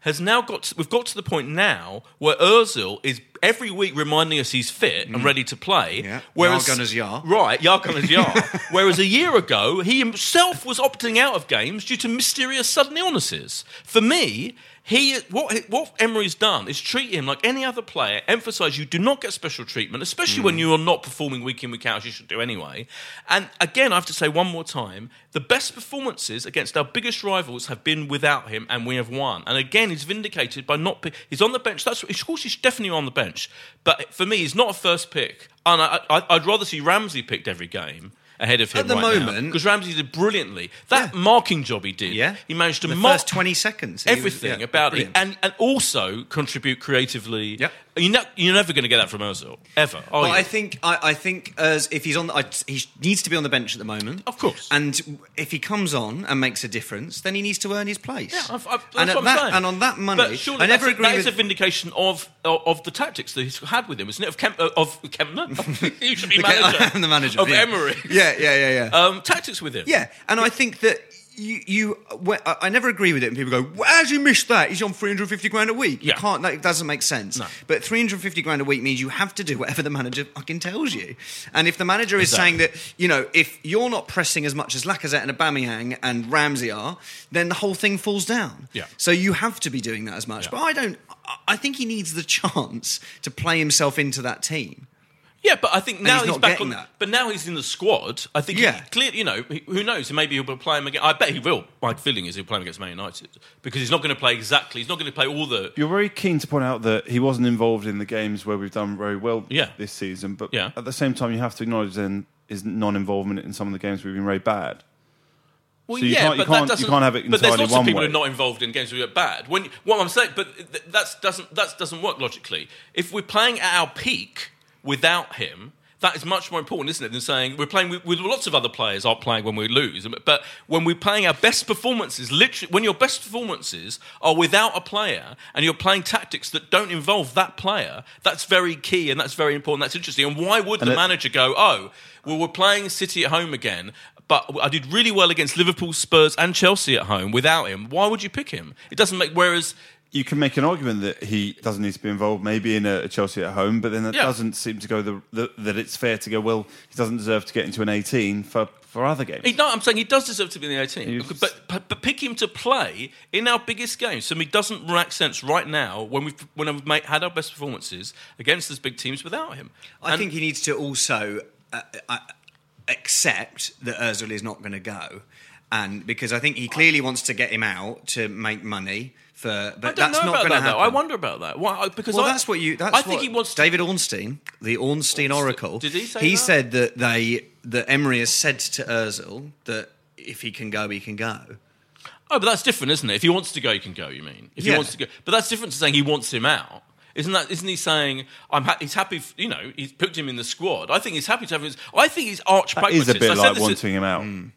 Speaker 1: has now got. To, we've got to the point now where Özil is every week reminding us he's fit
Speaker 3: Mm.
Speaker 1: and ready to play.
Speaker 2: Yeah.
Speaker 1: Whereas
Speaker 2: Yar Gunners Yar.
Speaker 1: right, Yar Gunners Yar. whereas a year ago he himself was opting out of games due to mysterious sudden illnesses. For me. He what what Emery's done is treat him like any other player. Emphasise you do not get special treatment, especially
Speaker 3: Mm.
Speaker 1: when you are not performing week in week out as you should do anyway. And again, I have to say one more time, the best performances against our biggest rivals have been without him, and we have won. And again, he's vindicated by not. Pick, he's on the bench. That's of course he's definitely on the bench. But for me, he's not a first pick, and I, I, I'd rather see Ramsey picked every game. Ahead of him
Speaker 2: At the moment-
Speaker 1: because Ramsey did brilliantly. That marking job he did,
Speaker 2: Yeah.
Speaker 1: he managed to
Speaker 2: The
Speaker 1: mark
Speaker 2: first 20 seconds, he was-
Speaker 1: everything
Speaker 2: yeah,
Speaker 1: about
Speaker 2: brilliant.
Speaker 1: it, and and also contribute creatively.
Speaker 2: Yep.
Speaker 1: you're, not, you're never going to get that from Ozil ever. Are
Speaker 2: Well,
Speaker 1: you?
Speaker 2: I think I, I think as if he's on, the, I, he needs to be on the bench at the moment.
Speaker 1: Of course.
Speaker 2: And if he comes on and makes a difference, then he needs to earn his place.
Speaker 1: Yeah, I've, I've, that's
Speaker 2: and at
Speaker 1: what I'm
Speaker 2: that,
Speaker 1: saying.
Speaker 2: and on that money,
Speaker 1: but surely
Speaker 2: I
Speaker 1: that's,
Speaker 2: never
Speaker 1: a-
Speaker 2: agree
Speaker 1: that is
Speaker 2: with
Speaker 1: a vindication of, of of the tactics that he's had with him, isn't it? Of Kemp, uh, of Kempner, you should be
Speaker 2: Okay,
Speaker 1: manager.
Speaker 2: I'm the manager
Speaker 1: of
Speaker 2: yeah.
Speaker 1: Emery.
Speaker 2: Yeah, yeah, yeah, yeah.
Speaker 1: Um, tactics with him.
Speaker 2: Yeah, and I think that you, you wh- I I never agree with it. And people go, well, "How do you miss that? He's on three hundred fifty grand a week.
Speaker 1: Yeah.
Speaker 2: You can't. That doesn't make sense."
Speaker 1: No.
Speaker 2: But three hundred fifty grand a week means you have to do whatever the manager fucking tells you. And if the manager is
Speaker 1: Exactly.
Speaker 2: saying that, you know, if you're not pressing as much as Lacazette and Aubameyang and Ramsey are, then the whole thing falls down.
Speaker 1: Yeah.
Speaker 2: So you have to be doing that as much.
Speaker 1: Yeah.
Speaker 2: But I don't. I- I think he needs the chance to play himself into that team.
Speaker 1: Yeah, but I think now
Speaker 2: he's
Speaker 1: he's,
Speaker 2: not
Speaker 1: back on.
Speaker 2: getting that.
Speaker 1: But now he's in the squad. I think. Yeah.
Speaker 2: Yeah.
Speaker 1: He, clear, you know, he- who knows? Maybe he'll be playing again. I bet he will. My feeling is he'll play him against Man United because he's not going to play exactly. He's not going to play all the.
Speaker 3: You're very keen to point out that he wasn't involved in the games where we've done very well
Speaker 1: Yeah.
Speaker 3: this season, but
Speaker 1: Yeah.
Speaker 3: at the same time, you have to acknowledge then his non-involvement in some of the games we've been very bad.
Speaker 1: Well,
Speaker 3: So you can't- you can't- you can't have it
Speaker 1: But there's
Speaker 3: entirely
Speaker 1: lots
Speaker 3: one
Speaker 1: of people
Speaker 3: way.
Speaker 1: who are not involved in games who are bad. When what I'm saying, but th- that doesn't that doesn't work logically. If we're playing at our peak without him, that is much more important, isn't it? Than saying we're playing with, with lots of other players aren't playing when we lose. But when we're playing our best performances, literally, when your best performances are without a player and you're playing tactics that don't involve that player, that's very key and that's very important. That's interesting. And why would the
Speaker 3: it-
Speaker 1: manager go, oh, well, we're playing City at home again, but I did really well against Liverpool, Spurs, and Chelsea at home without him. Why would you pick him? It doesn't make. Whereas,
Speaker 3: You can make an argument that he doesn't need to be involved, maybe in a, a Chelsea at home, but then that
Speaker 1: Yeah.
Speaker 3: doesn't seem to go the, the that it's fair to go. Well, he doesn't deserve to get into an 18 for for other games.
Speaker 1: he, no, I'm saying he does deserve to be in the 18.
Speaker 3: He's-
Speaker 1: But, but but pick him to play in our biggest game. So it doesn't make sense right now when we've when we've made, had our best performances against those big teams without him.
Speaker 2: I
Speaker 1: And-
Speaker 2: think he needs to also uh, uh, accept that Özil is not going to go, and because I think he clearly wants to get him out to make money for,
Speaker 1: I
Speaker 2: but
Speaker 1: don't
Speaker 2: that's
Speaker 1: know
Speaker 2: not
Speaker 1: about
Speaker 2: going to
Speaker 1: that.
Speaker 2: happen.
Speaker 1: Though. I wonder about that. Why? Because
Speaker 2: Well,
Speaker 1: I,
Speaker 2: that's what you. That's
Speaker 1: I think
Speaker 2: what
Speaker 1: he wants. to-
Speaker 2: David Ornstein, the Ornstein Oracle.
Speaker 1: Did he say
Speaker 2: He
Speaker 1: that?
Speaker 2: said that they that Emery has said to Özil that if he can go, he can go.
Speaker 1: Oh, but that's different, isn't it? If he wants to go, he can go. You mean if he
Speaker 2: Yeah.
Speaker 1: wants to go? But that's different to saying he wants him out. Isn't that? Isn't he saying I'm? Ha- he's happy. f you know, he's picked him in the squad. I think he's happy to have his. I think he's arch.
Speaker 3: that is
Speaker 1: pragmatist.
Speaker 3: a
Speaker 1: I
Speaker 3: bit
Speaker 1: said
Speaker 3: like
Speaker 1: this is-
Speaker 3: wanting him out.
Speaker 2: Mm.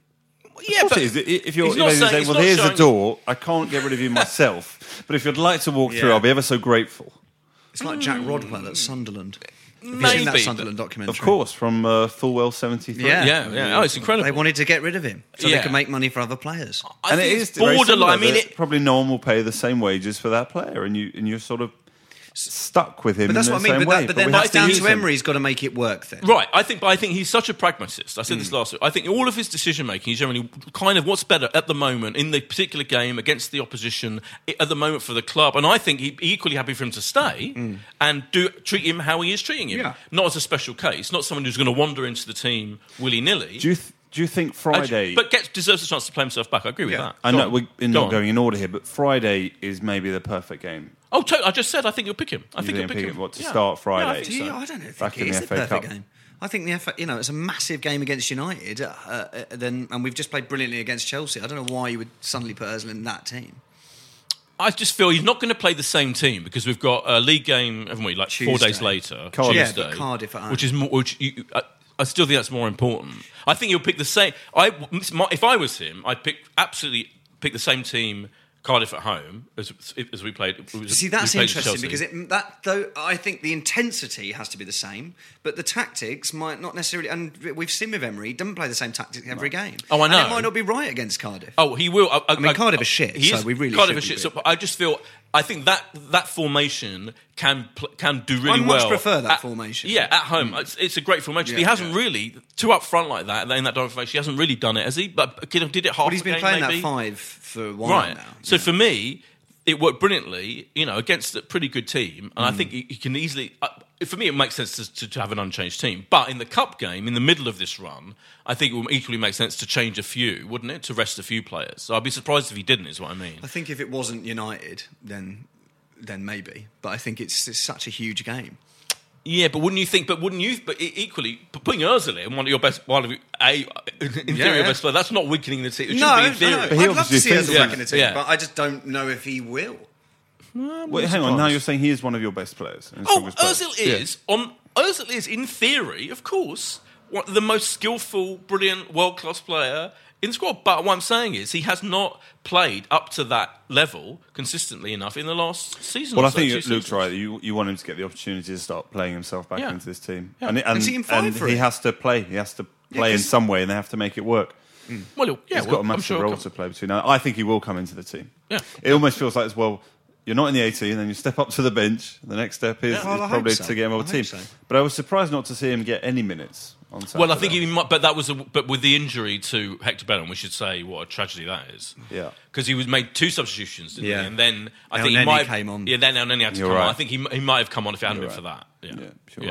Speaker 1: Yeah,
Speaker 3: Of
Speaker 1: but
Speaker 3: course it is. I- If you're,
Speaker 1: he's
Speaker 3: if
Speaker 1: not
Speaker 3: you're
Speaker 1: saying-
Speaker 3: saying,
Speaker 1: he's
Speaker 3: well,
Speaker 1: not
Speaker 3: here's
Speaker 1: showing-
Speaker 3: the door. I can't get rid of you myself, but if you'd like to walk
Speaker 2: Yeah.
Speaker 3: through, I'll be ever so grateful.
Speaker 2: It's like Jack Rodwell at Sunderland. Have you seen that
Speaker 1: Hmm. Maybe,
Speaker 2: Sunderland
Speaker 1: but-
Speaker 2: documentary?
Speaker 3: Of course, from uh, Fulwell 73.
Speaker 2: Yeah.
Speaker 1: Yeah, yeah. Oh, it's incredible.
Speaker 2: They wanted to get rid of him so
Speaker 1: Yeah. Oh.
Speaker 2: they could make money for other players.
Speaker 1: I
Speaker 3: And it
Speaker 1: think
Speaker 3: is
Speaker 1: it's
Speaker 3: very similar,
Speaker 1: borderline. I mean,
Speaker 3: that
Speaker 1: it,
Speaker 3: probably no one will pay the same wages for that player, and you and you're sort of stuck with him.
Speaker 2: But that's
Speaker 3: in
Speaker 2: what I
Speaker 3: the
Speaker 2: mean. But,
Speaker 3: same way.
Speaker 2: that, but then
Speaker 3: we
Speaker 2: that's
Speaker 3: have to
Speaker 2: down
Speaker 3: use
Speaker 2: to
Speaker 3: him.
Speaker 2: Emery's got to make it work then.
Speaker 1: Right, I think, but I think he's such a pragmatist. I said
Speaker 3: Hmm.
Speaker 1: this last week. I think all of his decision making is generally kind of what's better at the moment in the particular game against the opposition i- at the moment for the club. And I think he'd be equally happy for him to stay
Speaker 3: Hmm.
Speaker 1: and do treat him how he is treating him,
Speaker 2: Yeah.
Speaker 1: not as a special case, not someone who's going to wander into the team willy nilly.
Speaker 3: Do you th- do you think Friday?
Speaker 1: But gets deserves a chance to play himself back. I agree with
Speaker 2: Yeah.
Speaker 1: that.
Speaker 3: I
Speaker 1: Go
Speaker 3: know
Speaker 1: on.
Speaker 3: we're in-
Speaker 1: Go
Speaker 3: not
Speaker 1: on.
Speaker 3: going in order here, but Friday is maybe the perfect game.
Speaker 1: Oh, to- I just said I think you'll pick him. I think
Speaker 3: think
Speaker 1: you'll pick
Speaker 3: he'll
Speaker 1: him.
Speaker 3: pick- what, to start Friday?
Speaker 1: Yeah, I think
Speaker 2: Do
Speaker 1: so.
Speaker 2: you, I don't know. if
Speaker 3: Back
Speaker 2: it
Speaker 3: in
Speaker 2: is
Speaker 3: the
Speaker 2: the
Speaker 3: FA
Speaker 2: perfect
Speaker 3: Cup.
Speaker 2: game. I think the FA, you know, it's a massive game against United. Uh, uh, then, and we've just played brilliantly against Chelsea. I don't know why you would suddenly put Özil in that team.
Speaker 1: I just feel he's not going to play the same team because we've got a league game, haven't we? Like four
Speaker 2: Tuesday.
Speaker 1: days later,
Speaker 3: Cardiff.
Speaker 2: Yeah,
Speaker 1: Tuesday,
Speaker 2: but Cardiff at home.
Speaker 1: which is more. Which you, you- I, I still think that's more important. I think you'll pick the same. I if I was him, I'd pick absolutely pick the same team. Cardiff at home as as we played.
Speaker 2: See, that's interesting because it, mm, that though I think the intensity has to be the same, but the tactics might not necessarily. And we've seen with Emery, he doesn't play the same tactics every game.
Speaker 1: Oh, I
Speaker 2: And
Speaker 1: know.
Speaker 2: it might not be right against Cardiff.
Speaker 1: Oh, he will. I, I-
Speaker 2: mean,
Speaker 1: I-
Speaker 2: Cardiff are shit,
Speaker 1: He
Speaker 2: so
Speaker 1: is-
Speaker 2: we really
Speaker 1: Cardiff are
Speaker 2: shouldn't
Speaker 1: shit.
Speaker 2: be.
Speaker 1: So I just feel I think that that formation can pl- can do really
Speaker 2: I much
Speaker 1: well.
Speaker 2: prefer that
Speaker 1: at-
Speaker 2: formation. Mm.
Speaker 1: Yeah, at home, it's, it's a great formation.
Speaker 2: Yeah,
Speaker 1: he hasn't
Speaker 2: yeah.
Speaker 1: really two up front like that in that formation. He hasn't really done it, has he? But you know, did it half.
Speaker 2: but he's
Speaker 1: a
Speaker 2: been
Speaker 1: game,
Speaker 2: playing
Speaker 1: maybe?
Speaker 2: that five for a while
Speaker 1: right?
Speaker 2: now.
Speaker 1: So for me, it worked brilliantly. You know, against a pretty good team, and I think he, he can easily. Uh, for me, it makes sense to, to, to have an unchanged team. But in the cup game, in the middle of this run, I think it would equally make sense to change a few, wouldn't it? To rest a few players. So I'd be surprised if he didn't. Is what I mean.
Speaker 2: I think if it wasn't United, then then maybe. But I think it's, it's such a huge game.
Speaker 1: Yeah, but wouldn't you think? But wouldn't you? But e- equally, p- putting Özil in one of your best, one of your, a in theory
Speaker 2: Yeah.
Speaker 1: best player, that's not weakening the team. It
Speaker 2: No,
Speaker 1: should be
Speaker 2: no,
Speaker 1: in theory.
Speaker 2: no.
Speaker 3: But he
Speaker 2: I'd love
Speaker 3: obviously
Speaker 2: to see Özil
Speaker 3: thinks-
Speaker 2: back in the team,
Speaker 1: Yeah.
Speaker 2: but I just don't know if he will.
Speaker 3: Wait, hang on. Now you're saying he is one of your best players. and
Speaker 1: Oh,
Speaker 3: strongest players.
Speaker 1: Özil
Speaker 3: Yeah.
Speaker 1: is on. Özil is in theory, of course, one, the most skillful, brilliant, world class player in the squad. But what I'm saying is, he has not played up to that level consistently enough in the last season.
Speaker 3: Well,
Speaker 1: or
Speaker 3: I
Speaker 1: so, two
Speaker 3: think Luke's
Speaker 1: seasons.
Speaker 3: right. You you want him to get the opportunity to start playing himself back
Speaker 1: Yeah.
Speaker 3: into this team,
Speaker 1: Yeah.
Speaker 3: and it- and,
Speaker 2: Is he in five
Speaker 3: and
Speaker 2: for
Speaker 3: he
Speaker 2: it?
Speaker 3: has to play. He has to play in
Speaker 2: 'cause-
Speaker 3: some way, and they have to make it work.
Speaker 1: Well, he'll- yeah,
Speaker 3: He's
Speaker 1: well,
Speaker 3: got a
Speaker 1: I'm
Speaker 3: massive
Speaker 1: sure he'll
Speaker 3: role
Speaker 1: come.
Speaker 3: to play between now. I think he will come into the team.
Speaker 1: Yeah.
Speaker 3: It almost feels like as well. You're not in the 18, then you step up to the bench. The next step is,
Speaker 2: Yeah. Well,
Speaker 3: is
Speaker 2: I hope
Speaker 3: probably
Speaker 2: so.
Speaker 3: to get him
Speaker 2: I
Speaker 3: on the
Speaker 2: hope
Speaker 3: team.
Speaker 2: so.
Speaker 3: But I was surprised not to see him get any minutes on Saturday.
Speaker 1: Well, I think he might, but that was, a, but with the injury to Hector Bellerin, we should say what a tragedy that is.
Speaker 3: Yeah.
Speaker 1: because he was made two substitutions, didn't
Speaker 2: Yeah.
Speaker 1: he? And then I
Speaker 2: El
Speaker 1: think he
Speaker 2: Neni
Speaker 1: might
Speaker 2: came on.
Speaker 1: Yeah, then El Neni had to
Speaker 3: You're
Speaker 1: come on.
Speaker 3: right.
Speaker 1: I think he, he might have come on if it hadn't
Speaker 3: You're
Speaker 1: been for that. Yeah,
Speaker 3: Yeah, sure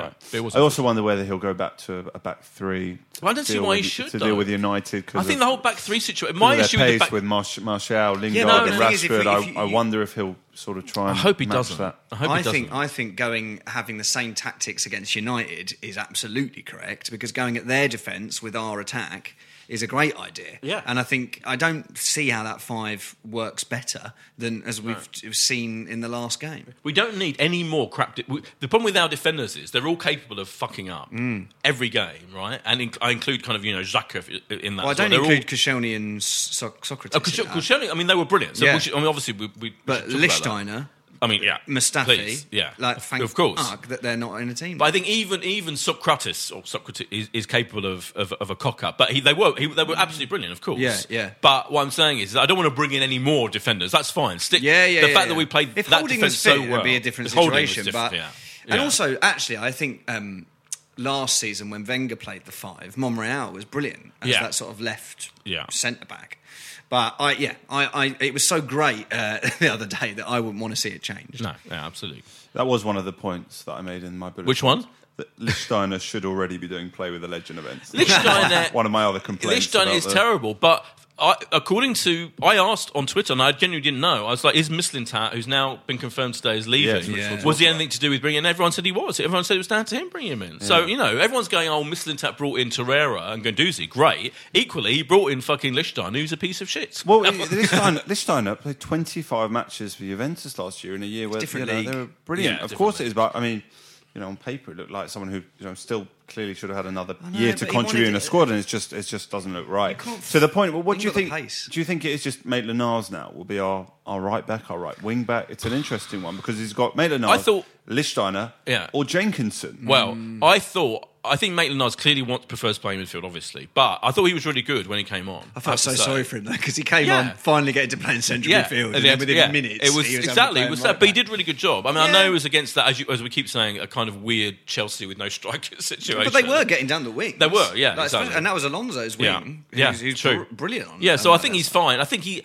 Speaker 3: right.
Speaker 1: But it
Speaker 3: I
Speaker 1: wasn't.
Speaker 3: also wonder whether he'll go back to a back three. to
Speaker 1: I don't see
Speaker 3: deal
Speaker 1: why he
Speaker 3: with-
Speaker 1: should,
Speaker 3: to
Speaker 1: though.
Speaker 3: deal with United. 'cause
Speaker 1: I think
Speaker 3: of-
Speaker 1: the whole back three situation.
Speaker 3: because
Speaker 1: My
Speaker 3: of their
Speaker 1: issue with the
Speaker 3: pace
Speaker 1: back,
Speaker 3: with Marsh, Martial, Lingard,
Speaker 2: Yeah, no,
Speaker 3: and
Speaker 2: the thing is, if we-
Speaker 3: Rashford.
Speaker 2: if you-
Speaker 3: I, I wonder if he'll sort of try.
Speaker 1: I
Speaker 3: And
Speaker 1: hope he
Speaker 3: match
Speaker 1: doesn't.
Speaker 3: That.
Speaker 1: I hope he
Speaker 2: I
Speaker 1: doesn't.
Speaker 2: think I think going having the same tactics against United is absolutely correct because going at their defence with our attack is a great idea.
Speaker 1: Yeah.
Speaker 2: and I think I don't see how that five works better than as we've t- seen in the last game.
Speaker 1: We don't need any more crap. De- we, the problem with our defenders is they're all capable of fucking up
Speaker 2: Mm.
Speaker 1: every game, right? And in, I include kind of you know Xhaka in that.
Speaker 2: Well, I
Speaker 1: as well.
Speaker 2: don't
Speaker 1: They're all-
Speaker 2: include Koscielny and so- Socrates.
Speaker 1: Oh,
Speaker 2: in that.
Speaker 1: Koscielny, I mean, they were brilliant. So
Speaker 2: Yeah.
Speaker 1: we should, I mean, obviously, we, we
Speaker 2: but
Speaker 1: we should talk about that.
Speaker 2: Lichtsteiner,
Speaker 1: I mean, yeah,
Speaker 2: Mustafi,
Speaker 1: please, yeah,
Speaker 2: like thank
Speaker 1: of course.
Speaker 2: fuck that they're not in a team.
Speaker 1: But I think even even Socrates or Socrates is, is capable of, of of a cock up. But he, they were he, they were absolutely brilliant, of course.
Speaker 2: Yeah, yeah.
Speaker 1: But what I'm saying is, I don't want to bring in any more defenders. That's fine. Stick.
Speaker 2: Yeah, yeah.
Speaker 1: The
Speaker 2: yeah,
Speaker 1: fact
Speaker 2: yeah.
Speaker 1: that we played
Speaker 2: if
Speaker 1: that
Speaker 2: holding
Speaker 1: defense
Speaker 2: was fit,
Speaker 1: so well
Speaker 2: it'd be a different
Speaker 1: If Holding was
Speaker 2: situation.
Speaker 1: different,
Speaker 2: but
Speaker 1: yeah.
Speaker 2: and
Speaker 1: Yeah.
Speaker 2: also, actually, I think um, last season when Wenger played the five, Monreal was brilliant as
Speaker 1: Yeah.
Speaker 2: that sort of left
Speaker 1: Yeah.
Speaker 2: centre back. But I, yeah, I, I, it was so great uh, the other day that I wouldn't want to see it change.
Speaker 1: no, yeah, absolutely.
Speaker 3: That was one of the points that I made in my bullet.
Speaker 1: Which
Speaker 3: points,
Speaker 1: one?
Speaker 3: That Lichtsteiner should already be doing play with the legend events.
Speaker 1: Lichtsteiner-
Speaker 3: one of my other complaints.
Speaker 1: Lichtstein
Speaker 3: about
Speaker 1: is
Speaker 3: the-
Speaker 1: terrible, but I, according to I asked on Twitter, and I genuinely didn't know. I was like, "Is Mislintat, who's now been confirmed today, is
Speaker 3: Yes,
Speaker 1: leaving?
Speaker 3: which
Speaker 2: we'll
Speaker 1: Was
Speaker 3: talk
Speaker 1: he anything to do with bringing?" in? Everyone said he was. Everyone said it was down to him bringing him in. So you know, everyone's going, "Oh, Mislintat brought in Torreira and Gunduzi, great." Equally, he brought in fucking Lichtstein, who's a piece of shit.
Speaker 3: Well, Lichtsteiner, Lichtsteiner played 25 matches for Juventus last year in a year where
Speaker 2: Different
Speaker 3: you know,
Speaker 2: league.
Speaker 3: they were brilliant.
Speaker 1: Yeah,
Speaker 3: of
Speaker 1: different
Speaker 3: course it is, but I mean, you know, on paper it looked like someone who you know still clearly should have had another
Speaker 2: know,
Speaker 3: year to
Speaker 2: but he
Speaker 3: contribute
Speaker 2: wanted
Speaker 3: in a
Speaker 2: it-
Speaker 3: squad, and it's just it just doesn't look right.
Speaker 2: You can't-
Speaker 3: To the point. Well, what
Speaker 2: you
Speaker 3: do you
Speaker 2: got the
Speaker 3: think?
Speaker 2: pace.
Speaker 3: Do you think it is just Maitland Niles now will be our, our right back, our right wing back? It's an interesting one because he's got Maitland Niles,
Speaker 1: I thought-
Speaker 3: Lichtsteiner,
Speaker 1: Yeah.
Speaker 3: or Jenkinson.
Speaker 1: Well,
Speaker 2: Mm.
Speaker 1: I thought I think Maitland Niles clearly wants prefers playing midfield, obviously, but I thought he was really good when he came on.
Speaker 2: I felt so sorry for him though because he came
Speaker 1: Yeah.
Speaker 2: on finally getting to play in central midfield, and
Speaker 1: yeah,
Speaker 2: then within
Speaker 1: yeah.
Speaker 2: minutes,
Speaker 1: It was,
Speaker 2: he having to
Speaker 1: exactly
Speaker 2: play
Speaker 1: it was
Speaker 2: him
Speaker 1: that,
Speaker 2: right
Speaker 1: but he
Speaker 2: back.
Speaker 1: did really good job. I mean, I
Speaker 2: Yeah.
Speaker 1: know it was against that, as, you, as we keep saying, a kind of weird Chelsea with no striker situation.
Speaker 2: But they were getting down the wing.
Speaker 1: They were, yeah, exactly.
Speaker 2: and that was Alonso's wing.
Speaker 1: Yeah.
Speaker 2: who's,
Speaker 1: Yeah,
Speaker 2: who's
Speaker 1: true.
Speaker 2: br- brilliant on.
Speaker 1: Yeah,
Speaker 2: on
Speaker 1: so I
Speaker 2: that
Speaker 1: think
Speaker 2: end.
Speaker 1: he's fine. I think he,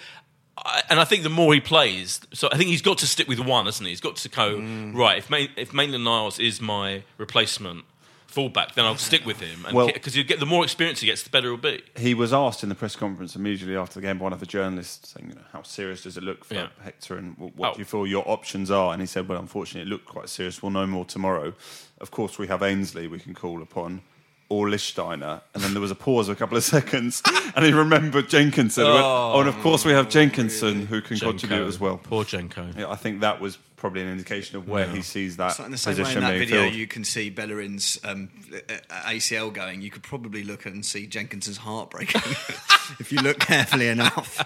Speaker 1: I, and I think the more he plays, so I think he's got to stick with one, hasn't he? He's got to go
Speaker 2: Mm.
Speaker 1: right. If Main, if Maitland Niles is my replacement fullback, then I'll stick with him. And
Speaker 3: Well-
Speaker 1: because you get the more experience he gets, the better he'll be.
Speaker 3: he was asked in the press conference immediately after the game by one of the journalists saying, you know, how serious does it look for
Speaker 1: Yeah.
Speaker 3: Hector and what, what
Speaker 1: Oh.
Speaker 3: do you feel your options are? And he said, well, unfortunately, it looked quite serious. We'll know more tomorrow. Of course, we have Ainsley we can call upon. Or Lischsteiner, and then there was a pause of a couple of seconds, and he remembered Jenkinson. He went, Oh, and of course we have Jenkinson who can contribute
Speaker 1: Jenko.
Speaker 3: as well.
Speaker 1: Poor Jenko.
Speaker 3: Yeah, I think that was probably an indication of where he sees that
Speaker 2: It's like in the same way in
Speaker 3: position
Speaker 2: that
Speaker 3: being
Speaker 2: video,
Speaker 3: filled.
Speaker 2: you can see Bellerin's um, uh, uh, ACL going. You could probably look and see Jenkinson's heart breaking if you look carefully enough.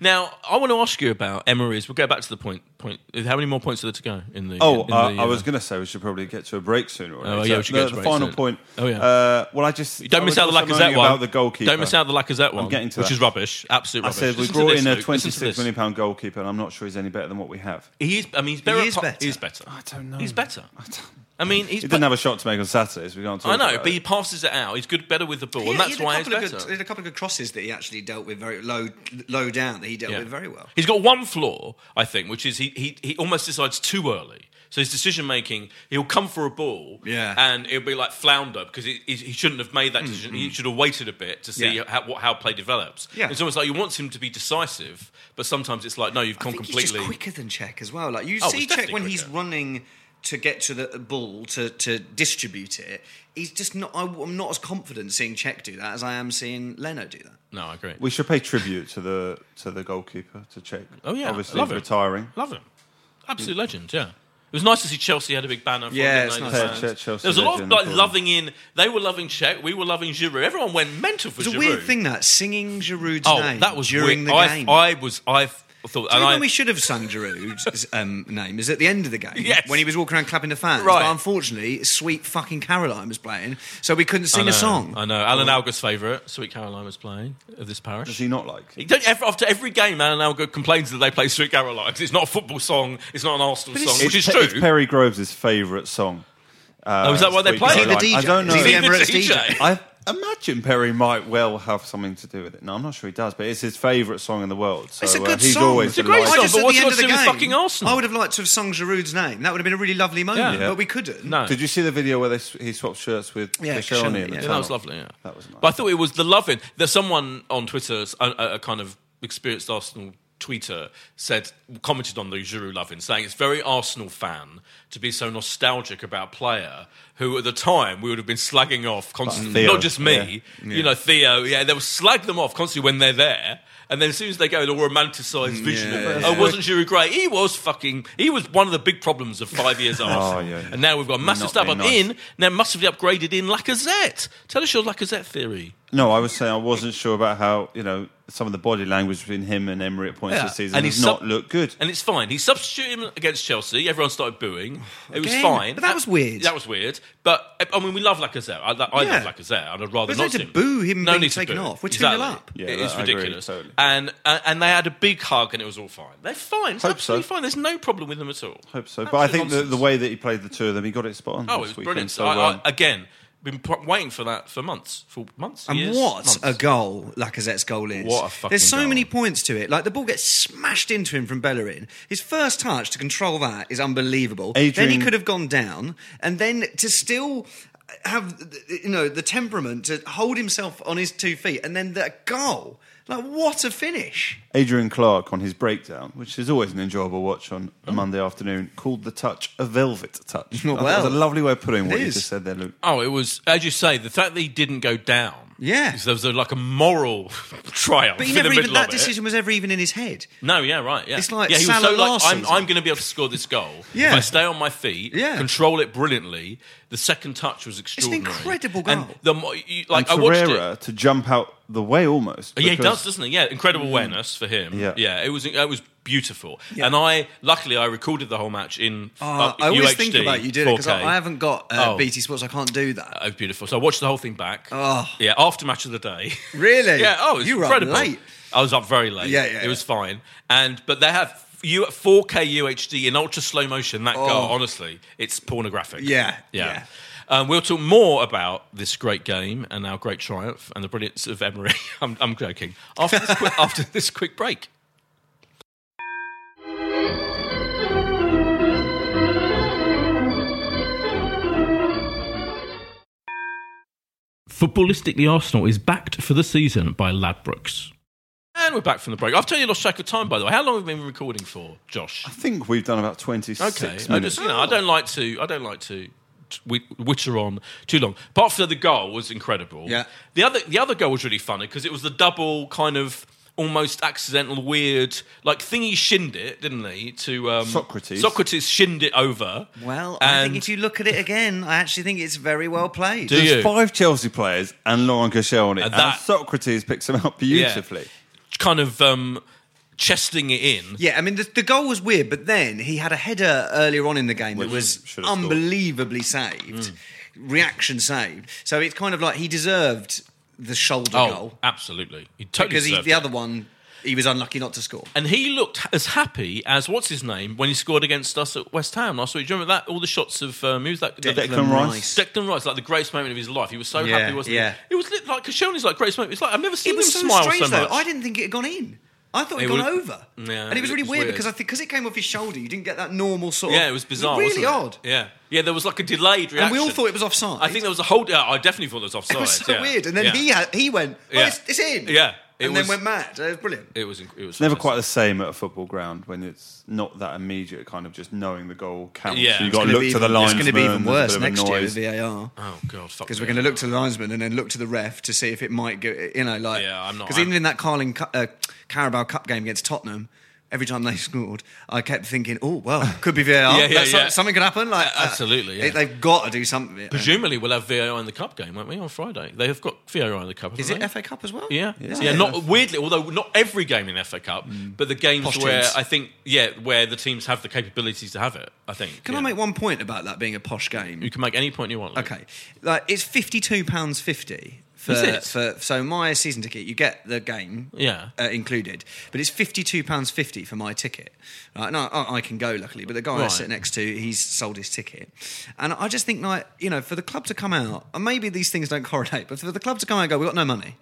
Speaker 1: Now I want to ask you about Emery's. We'll go back to the point. Point. How many more points are there to go in the?
Speaker 3: Oh,
Speaker 1: in
Speaker 3: uh,
Speaker 1: the,
Speaker 3: I was going to say we should probably get to a break sooner. Or
Speaker 1: Oh,
Speaker 3: later.
Speaker 1: yeah, we should
Speaker 3: the,
Speaker 1: get to a
Speaker 3: the
Speaker 1: break
Speaker 3: final
Speaker 1: soon.
Speaker 3: point.
Speaker 1: Oh, yeah.
Speaker 3: Uh, well, I just
Speaker 1: Don't
Speaker 3: I
Speaker 1: miss
Speaker 3: was
Speaker 1: out the
Speaker 3: also
Speaker 1: Lacazette
Speaker 3: moaning
Speaker 1: one.
Speaker 3: About the goalkeeper.
Speaker 1: Don't miss out the Lacazette one.
Speaker 3: getting to
Speaker 1: which
Speaker 3: that.
Speaker 1: is rubbish. Absolute
Speaker 3: I
Speaker 1: rubbish.
Speaker 3: said we
Speaker 1: Listen to
Speaker 3: brought
Speaker 1: this,
Speaker 3: in a
Speaker 1: Luke. Listen to
Speaker 3: twenty-six
Speaker 1: this.
Speaker 3: million pound goalkeeper, and I'm not sure he's any better than what we have.
Speaker 1: He is. I mean, he's better.
Speaker 2: He
Speaker 1: at
Speaker 2: is
Speaker 1: pa-
Speaker 2: better.
Speaker 1: He is better. I don't know. He's better. I, mean, he's
Speaker 3: He didn't have a shot to make on Saturday, so we can't talk.
Speaker 1: I know,
Speaker 3: about
Speaker 1: but he
Speaker 3: it.
Speaker 1: passes it out. He's good, better with the ball,
Speaker 2: He-
Speaker 1: and
Speaker 2: he
Speaker 1: that's
Speaker 2: had a
Speaker 1: why he's
Speaker 2: couple
Speaker 1: better.
Speaker 2: of good- he had a couple of good crosses that he actually dealt with very low, low down. That he dealt
Speaker 1: Yeah.
Speaker 2: with very well.
Speaker 1: He's got one flaw, I think, which is he, he, he almost decides too early. So his decision making, he'll come for a ball,
Speaker 2: Yeah. Mm,
Speaker 1: and it'll be like flounder because he, he, he shouldn't have made that decision. He should have waited a bit to see
Speaker 2: Yeah.
Speaker 1: how, what, how play develops.
Speaker 2: Yeah.
Speaker 1: It's almost like you want him to be decisive, but sometimes it's like no, you've
Speaker 2: I
Speaker 1: gone
Speaker 2: think he's
Speaker 1: completely.
Speaker 2: just quicker than Czech as well. Like you
Speaker 1: Oh,
Speaker 2: see
Speaker 1: he's
Speaker 2: Czech
Speaker 1: definitely
Speaker 2: when he's
Speaker 1: quicker.
Speaker 2: running to get to the ball to, to distribute it. He's just not. I, am not as confident seeing Czech do that as I am seeing Leno do that.
Speaker 1: No, I agree.
Speaker 3: we should pay tribute to the to the goalkeeper to check.
Speaker 1: oh yeah,
Speaker 3: obviously
Speaker 1: love him.
Speaker 3: retiring.
Speaker 1: Love him, absolute legend. Yeah. It was nice to see Chelsea had a big banner. For
Speaker 2: Mm. Yeah,
Speaker 1: him,
Speaker 2: it's
Speaker 1: didn't they,
Speaker 2: nice.
Speaker 1: the
Speaker 2: Yeah,
Speaker 1: fans?
Speaker 3: Che- Chelsea
Speaker 1: there was a lot of
Speaker 3: legend,
Speaker 1: like,
Speaker 3: Gordon.
Speaker 1: loving in. They were loving Czech. We were loving Giroud. Everyone went mental for
Speaker 2: It's
Speaker 1: Giroud.
Speaker 2: a weird thing that singing Giroud's
Speaker 1: Oh,
Speaker 2: name
Speaker 1: that was
Speaker 2: during
Speaker 1: weird.
Speaker 2: the
Speaker 1: I,
Speaker 2: game.
Speaker 1: I was. I thought.
Speaker 2: Do you
Speaker 1: And
Speaker 2: know
Speaker 1: I,
Speaker 2: when we should have sung Giroud's um, name is at the end of the game
Speaker 1: Yes.
Speaker 2: when he was walking around clapping the fans.
Speaker 1: Right.
Speaker 2: But unfortunately, Sweet fucking Caroline was playing, so we couldn't sing
Speaker 1: I know,
Speaker 2: a song.
Speaker 1: I know. Alan Alga's favourite, Sweet Caroline, was playing of this parish.
Speaker 3: Does he not like?
Speaker 1: He don't- ev- after every game, Alan Alga complains that they play Sweet Caroline 'cause it's not a football song, it's not an Arsenal
Speaker 2: But
Speaker 1: song,
Speaker 2: it's-
Speaker 1: which is
Speaker 3: Pe-
Speaker 1: true.
Speaker 3: It's Perry Groves' favourite song. Uh,
Speaker 1: Oh, is that why they
Speaker 3: Sweet
Speaker 1: play it?
Speaker 3: Caroline.
Speaker 1: Is
Speaker 2: he the
Speaker 3: I don't
Speaker 2: DJ?
Speaker 3: know.
Speaker 2: Is he the Emirates DJ?
Speaker 1: DJ.
Speaker 3: I imagine Perry might well have something to do with it. No, I'm not sure he does, but it's his favourite song in the world. So
Speaker 2: It's a
Speaker 3: uh,
Speaker 2: good
Speaker 3: he's
Speaker 2: song.
Speaker 3: Always
Speaker 2: It's a
Speaker 1: great
Speaker 3: delighted.
Speaker 2: I
Speaker 1: song,
Speaker 2: just
Speaker 1: but
Speaker 2: at
Speaker 1: what's
Speaker 2: the
Speaker 1: it
Speaker 2: end
Speaker 1: got
Speaker 2: of the
Speaker 1: to do with
Speaker 2: game,
Speaker 1: fucking Arsenal?
Speaker 2: I would have liked to have sung Giroud's name. That would have been a really lovely moment,
Speaker 1: Yeah.
Speaker 2: but we couldn't.
Speaker 1: No.
Speaker 3: Did you see the video where they, sw- he swapped shirts with
Speaker 2: Yeah,
Speaker 3: Koscielny in
Speaker 2: Koscielny, yeah.
Speaker 3: the
Speaker 2: Yeah, that
Speaker 1: Yeah, that
Speaker 3: tunnel?
Speaker 1: was lovely. Yeah,
Speaker 3: That was nice.
Speaker 1: But I thought it was the loving. There's someone on Twitter, a, a- a kind of experienced Arsenal tweeter, said commented on the Giroud loving, saying it's very Arsenal fan to be so nostalgic about a player who at the time we would have been slagging off constantly.
Speaker 3: Theo,
Speaker 1: Not just me, you know, Theo. Yeah, they would slag them off constantly when they're there. And then as soon as they go, they'll romanticise
Speaker 3: Mm,
Speaker 1: vision.
Speaker 2: yeah,
Speaker 1: of, Oh, wasn't Giroud great? He was fucking. He was one of the big problems of five years Arsenal.
Speaker 3: Oh, yeah, yeah.
Speaker 1: And now we've got a massive
Speaker 3: Not
Speaker 1: step
Speaker 3: being
Speaker 1: up
Speaker 3: nice.
Speaker 1: in now massively upgraded in Lacazette. Tell us your Lacazette theory.
Speaker 3: No, I was saying I wasn't sure about how you know some of the body language between him and Emery at points
Speaker 1: Yeah.
Speaker 3: this season
Speaker 1: And
Speaker 3: has
Speaker 1: he's
Speaker 3: not
Speaker 1: sub-
Speaker 3: looked good.
Speaker 1: And it's fine. He substituted him against Chelsea. Everyone started booing. It was
Speaker 2: Again?
Speaker 1: fine.
Speaker 2: But that was weird.
Speaker 1: That was weird. But I mean, we love Lacazette. I, I
Speaker 2: Yeah.
Speaker 1: love Lacazette. I'd rather
Speaker 2: There's no
Speaker 1: not
Speaker 2: need
Speaker 1: see
Speaker 2: to boo him
Speaker 1: No
Speaker 2: being
Speaker 1: need to
Speaker 2: taken
Speaker 1: boo.
Speaker 2: off. We're 2-0
Speaker 1: Exactly.
Speaker 2: up.
Speaker 3: Yeah,
Speaker 1: it
Speaker 3: that-
Speaker 1: is
Speaker 3: I agree,
Speaker 1: ridiculous.
Speaker 3: totally.
Speaker 1: And uh, and they had a big hug, and it was all fine. They're fine. It's
Speaker 3: Hope
Speaker 1: absolutely
Speaker 3: so.
Speaker 1: fine. There's no problem with them at all.
Speaker 3: Hope so, but I
Speaker 1: Absolute
Speaker 3: think the, the
Speaker 1: nonsense.
Speaker 3: way that he played the two of them, he got it spot on.
Speaker 1: Oh, it
Speaker 3: this
Speaker 1: was
Speaker 3: weekend,
Speaker 1: brilliant.
Speaker 3: So um,
Speaker 1: I,
Speaker 3: well.
Speaker 1: I, again, been pr- waiting for that for months, for months.
Speaker 2: And
Speaker 1: years,
Speaker 2: what
Speaker 1: months.
Speaker 2: a goal Lacazette's goal is.
Speaker 1: What a fucking
Speaker 2: There's so
Speaker 1: goal.
Speaker 2: many points to it. Like the ball gets smashed into him from Bellerin. His first touch to control that is unbelievable. Then
Speaker 3: Adrian-
Speaker 2: he could have gone down. And then to still have you know the temperament to hold himself on his two feet and then that goal. Like what a finish.
Speaker 3: Adrian Clark on his breakdown, which is always an enjoyable watch on a Monday afternoon, called the touch a velvet touch.
Speaker 2: Well,
Speaker 3: that was a lovely way of putting
Speaker 2: it
Speaker 3: what you
Speaker 2: is.
Speaker 3: just said there, Luke.
Speaker 1: Oh, it was as you say. The fact that he didn't go down
Speaker 2: Yeah.
Speaker 1: So there was a, like a moral triumph
Speaker 2: But he
Speaker 1: in
Speaker 2: never
Speaker 1: the
Speaker 2: even
Speaker 1: middle
Speaker 2: that
Speaker 1: of it.
Speaker 2: decision was ever even in his head.
Speaker 1: No, yeah, right. Yeah,
Speaker 2: It's like
Speaker 1: yeah,
Speaker 2: Salah
Speaker 1: I'm,
Speaker 2: Larsson.
Speaker 1: I'm going to be able to score this goal.
Speaker 2: Yeah.
Speaker 1: if I stay on my feet,
Speaker 2: Yeah.
Speaker 1: control it brilliantly. The second touch was extraordinary.
Speaker 2: incredible goal.
Speaker 1: And the mo- you, like
Speaker 3: and
Speaker 1: I watched it.
Speaker 3: Torreira to jump out the way almost.
Speaker 1: Yeah, he
Speaker 3: because- Mm.
Speaker 1: does, doesn't he? Yeah, incredible awareness for him.
Speaker 3: Yeah.
Speaker 1: Yeah, it was it was beautiful.
Speaker 2: Yeah.
Speaker 1: And I luckily I recorded the whole match in.
Speaker 2: Oh,
Speaker 1: uh,
Speaker 2: I always
Speaker 1: UHD,
Speaker 2: think about you did it because I,
Speaker 1: 4K.
Speaker 2: I haven't got uh,
Speaker 1: Oh.
Speaker 2: BT Sports. I can't do that.
Speaker 1: It was Oh, beautiful. So I watched the whole thing back.
Speaker 2: Oh.
Speaker 1: Yeah, after match of the day.
Speaker 2: Really?
Speaker 1: yeah. Oh, it was
Speaker 2: you were up
Speaker 1: incredible.
Speaker 2: late.
Speaker 1: I was up very late.
Speaker 2: Yeah, yeah,
Speaker 1: It was
Speaker 2: yeah.
Speaker 1: fine. And but they have you 4K UHD in ultra slow motion. That goal, honestly, it's pornographic.
Speaker 2: Oh. Yeah,
Speaker 1: Yeah.
Speaker 2: yeah.
Speaker 1: Um, we'll talk more about this great game and our great triumph and the brilliance of Emery. I'm, I'm joking. After this, quick, after this quick break.
Speaker 4: Footballistically, Arsenal is backed for the season by Ladbrokes.
Speaker 1: And we're back from the break. I've totally lost track of time, by the way. How long have we been recording for, Josh?
Speaker 3: I think we've done about 26
Speaker 1: Okay, I
Speaker 3: minutes.
Speaker 1: just you know I don't like to I don't like to t- wi- witter on too long. Apart from the goal was incredible.
Speaker 2: Yeah.
Speaker 1: the other the other goal was really funny because it was the double kind of almost accidental weird like thingy shinned it didn't he to um,
Speaker 3: Socrates.
Speaker 1: Socrates shinned it over.
Speaker 2: Well, I think
Speaker 1: And-
Speaker 2: if you look at it again, I actually think it's very well played.
Speaker 1: Do
Speaker 3: There's
Speaker 1: you?
Speaker 3: five Chelsea players and Lauren Cashel on it.
Speaker 1: And
Speaker 3: And,
Speaker 1: that-
Speaker 3: Socrates picks them up
Speaker 1: Yeah.
Speaker 3: beautifully.
Speaker 1: kind of um, chesting it in.
Speaker 2: Yeah, I mean the, the goal was weird, but then he had a header earlier on in the game that
Speaker 3: Which
Speaker 2: was
Speaker 3: should have scored.
Speaker 2: unbelievably saved, reaction saved. So it's kind of like he deserved the shoulder
Speaker 1: Oh,
Speaker 2: goal
Speaker 1: absolutely! He totally
Speaker 2: because he,
Speaker 1: deserved
Speaker 2: the
Speaker 1: it.
Speaker 2: other one he was unlucky not to score.
Speaker 1: And he looked as happy as what's his name when he scored against us at West Ham last week. Do you remember that? All the shots of um, who's that?
Speaker 3: Declan Rice.
Speaker 1: Declan Rice, like the greatest moment of his life. He was so
Speaker 2: Yeah,
Speaker 1: happy, wasn't
Speaker 2: yeah.
Speaker 1: he? It was lit, like Koscielny's like greatest moment. It's like I've never seen
Speaker 2: It was
Speaker 1: him
Speaker 2: so
Speaker 1: smile
Speaker 2: strange
Speaker 1: so
Speaker 2: though.
Speaker 1: much.
Speaker 2: I didn't think it had gone in. I thought it
Speaker 1: It
Speaker 2: had gone
Speaker 1: was-
Speaker 2: over,
Speaker 1: Yeah,
Speaker 2: and it was
Speaker 1: it
Speaker 2: really
Speaker 1: was
Speaker 2: weird,
Speaker 1: weird.
Speaker 2: because I think because it came off his shoulder, you didn't get that normal sort.
Speaker 1: yeah,
Speaker 2: of,
Speaker 1: it was bizarre.
Speaker 2: really
Speaker 1: wasn't it?
Speaker 2: odd.
Speaker 1: Yeah, yeah. There was like a delayed reaction,
Speaker 2: And we all thought it was offside.
Speaker 1: I think there was a whole. Yeah, I definitely thought it was offside.
Speaker 2: It was so
Speaker 1: yeah.
Speaker 2: weird, and then
Speaker 1: Yeah.
Speaker 2: he had, he went, oh,
Speaker 1: Yeah.
Speaker 2: it's, it's in,
Speaker 1: Yeah, it
Speaker 2: and
Speaker 1: was-
Speaker 2: then went mad. It was brilliant.
Speaker 1: It was. inc- It was
Speaker 3: It's never
Speaker 1: fantastic.
Speaker 3: quite the same at a football ground when it's not that immediate kind of just knowing the goal counts.
Speaker 1: Yeah.
Speaker 3: So you've
Speaker 1: It's
Speaker 3: got to
Speaker 2: gonna
Speaker 3: look
Speaker 2: be
Speaker 3: to the
Speaker 2: even-
Speaker 3: linesman.
Speaker 2: It's going to be even
Speaker 3: there's a bit
Speaker 2: worse
Speaker 3: of a
Speaker 2: next year
Speaker 3: noise.
Speaker 2: with VAR
Speaker 1: Oh god, fuck.
Speaker 2: because we're going to look to the linesman and then look to the ref to see if it might go. You know, like
Speaker 1: Yeah, I'm not-
Speaker 2: because
Speaker 1: I'm-
Speaker 2: even in that Carling Cu- uh, Carabao Cup game against Tottenham. Every time they scored, I kept thinking, "Oh well, could be VAR.
Speaker 1: Yeah, yeah,
Speaker 2: That's-
Speaker 1: yeah.
Speaker 2: Something could happen. Like
Speaker 1: A-
Speaker 2: uh,
Speaker 1: absolutely,
Speaker 2: they-
Speaker 1: yeah.
Speaker 2: they've got to do something."
Speaker 1: Presumably, we'll have VAR in the cup game, won't we? On Friday, they have got VAR in the cup. haven't
Speaker 2: Is it
Speaker 1: they?
Speaker 2: FA Cup as well?
Speaker 1: Yeah.
Speaker 2: Yeah. Mm.
Speaker 1: yeah, Not weirdly, although not every game in FA Cup, but the games
Speaker 2: Posh
Speaker 1: where
Speaker 2: teams.
Speaker 1: I think, yeah, where the teams have the capabilities to have it. I think.
Speaker 2: Can
Speaker 1: yeah.
Speaker 2: I make one point about that being a posh game?
Speaker 1: You can make any point you want. Luke.
Speaker 2: Okay, like it's fifty-two pounds fifty for,
Speaker 1: Is it?
Speaker 2: for so my season ticket. You get the game,
Speaker 1: Yeah.
Speaker 2: uh, included, but it's fifty-two pounds fifty for my ticket. Right, no, I, I can go luckily, but the guy I
Speaker 1: Right.
Speaker 2: sit next to, he's sold his ticket, and I just think like you know, for the club to come out, and maybe these things don't correlate, but for the club to come out and go, we have got no money,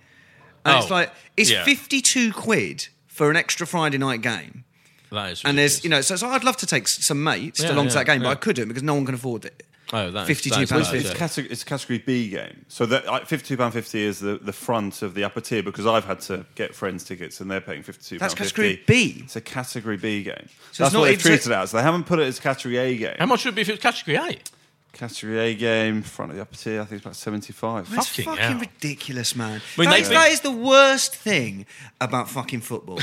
Speaker 2: and it's
Speaker 1: Oh,
Speaker 2: like it's
Speaker 1: yeah.
Speaker 2: fifty-two quid for an extra Friday night game.
Speaker 1: That is.
Speaker 2: And there's,
Speaker 1: ridiculous.
Speaker 2: you know, so, so I'd love to take s- some mates
Speaker 1: Yeah,
Speaker 2: along to
Speaker 1: yeah,
Speaker 2: that game,
Speaker 1: yeah.
Speaker 2: but I couldn't because no one can afford it.
Speaker 1: Oh, that is-
Speaker 2: fifty-two
Speaker 1: that is
Speaker 2: pounds
Speaker 1: bad,
Speaker 2: fifty.
Speaker 3: It's, category, it's a category B game, so that like, fifty-two pound fifty is the, the front of the upper tier because I've had to get friends tickets and they're paying fifty-two.
Speaker 2: That's category B?
Speaker 3: It's a category B game.
Speaker 2: So it's
Speaker 3: That's
Speaker 2: not
Speaker 3: what they've
Speaker 2: even- so-
Speaker 3: treated it as. They haven't put it as category A game.
Speaker 1: How much would it be if it was category A?
Speaker 3: Category A game, front of the upper tier. I think it's about seventy-five.
Speaker 2: That's
Speaker 1: Fucking
Speaker 2: fucking,
Speaker 1: hell.
Speaker 2: ridiculous, man.
Speaker 1: I mean,
Speaker 2: That
Speaker 1: they-
Speaker 2: is- that is the worst thing about fucking football.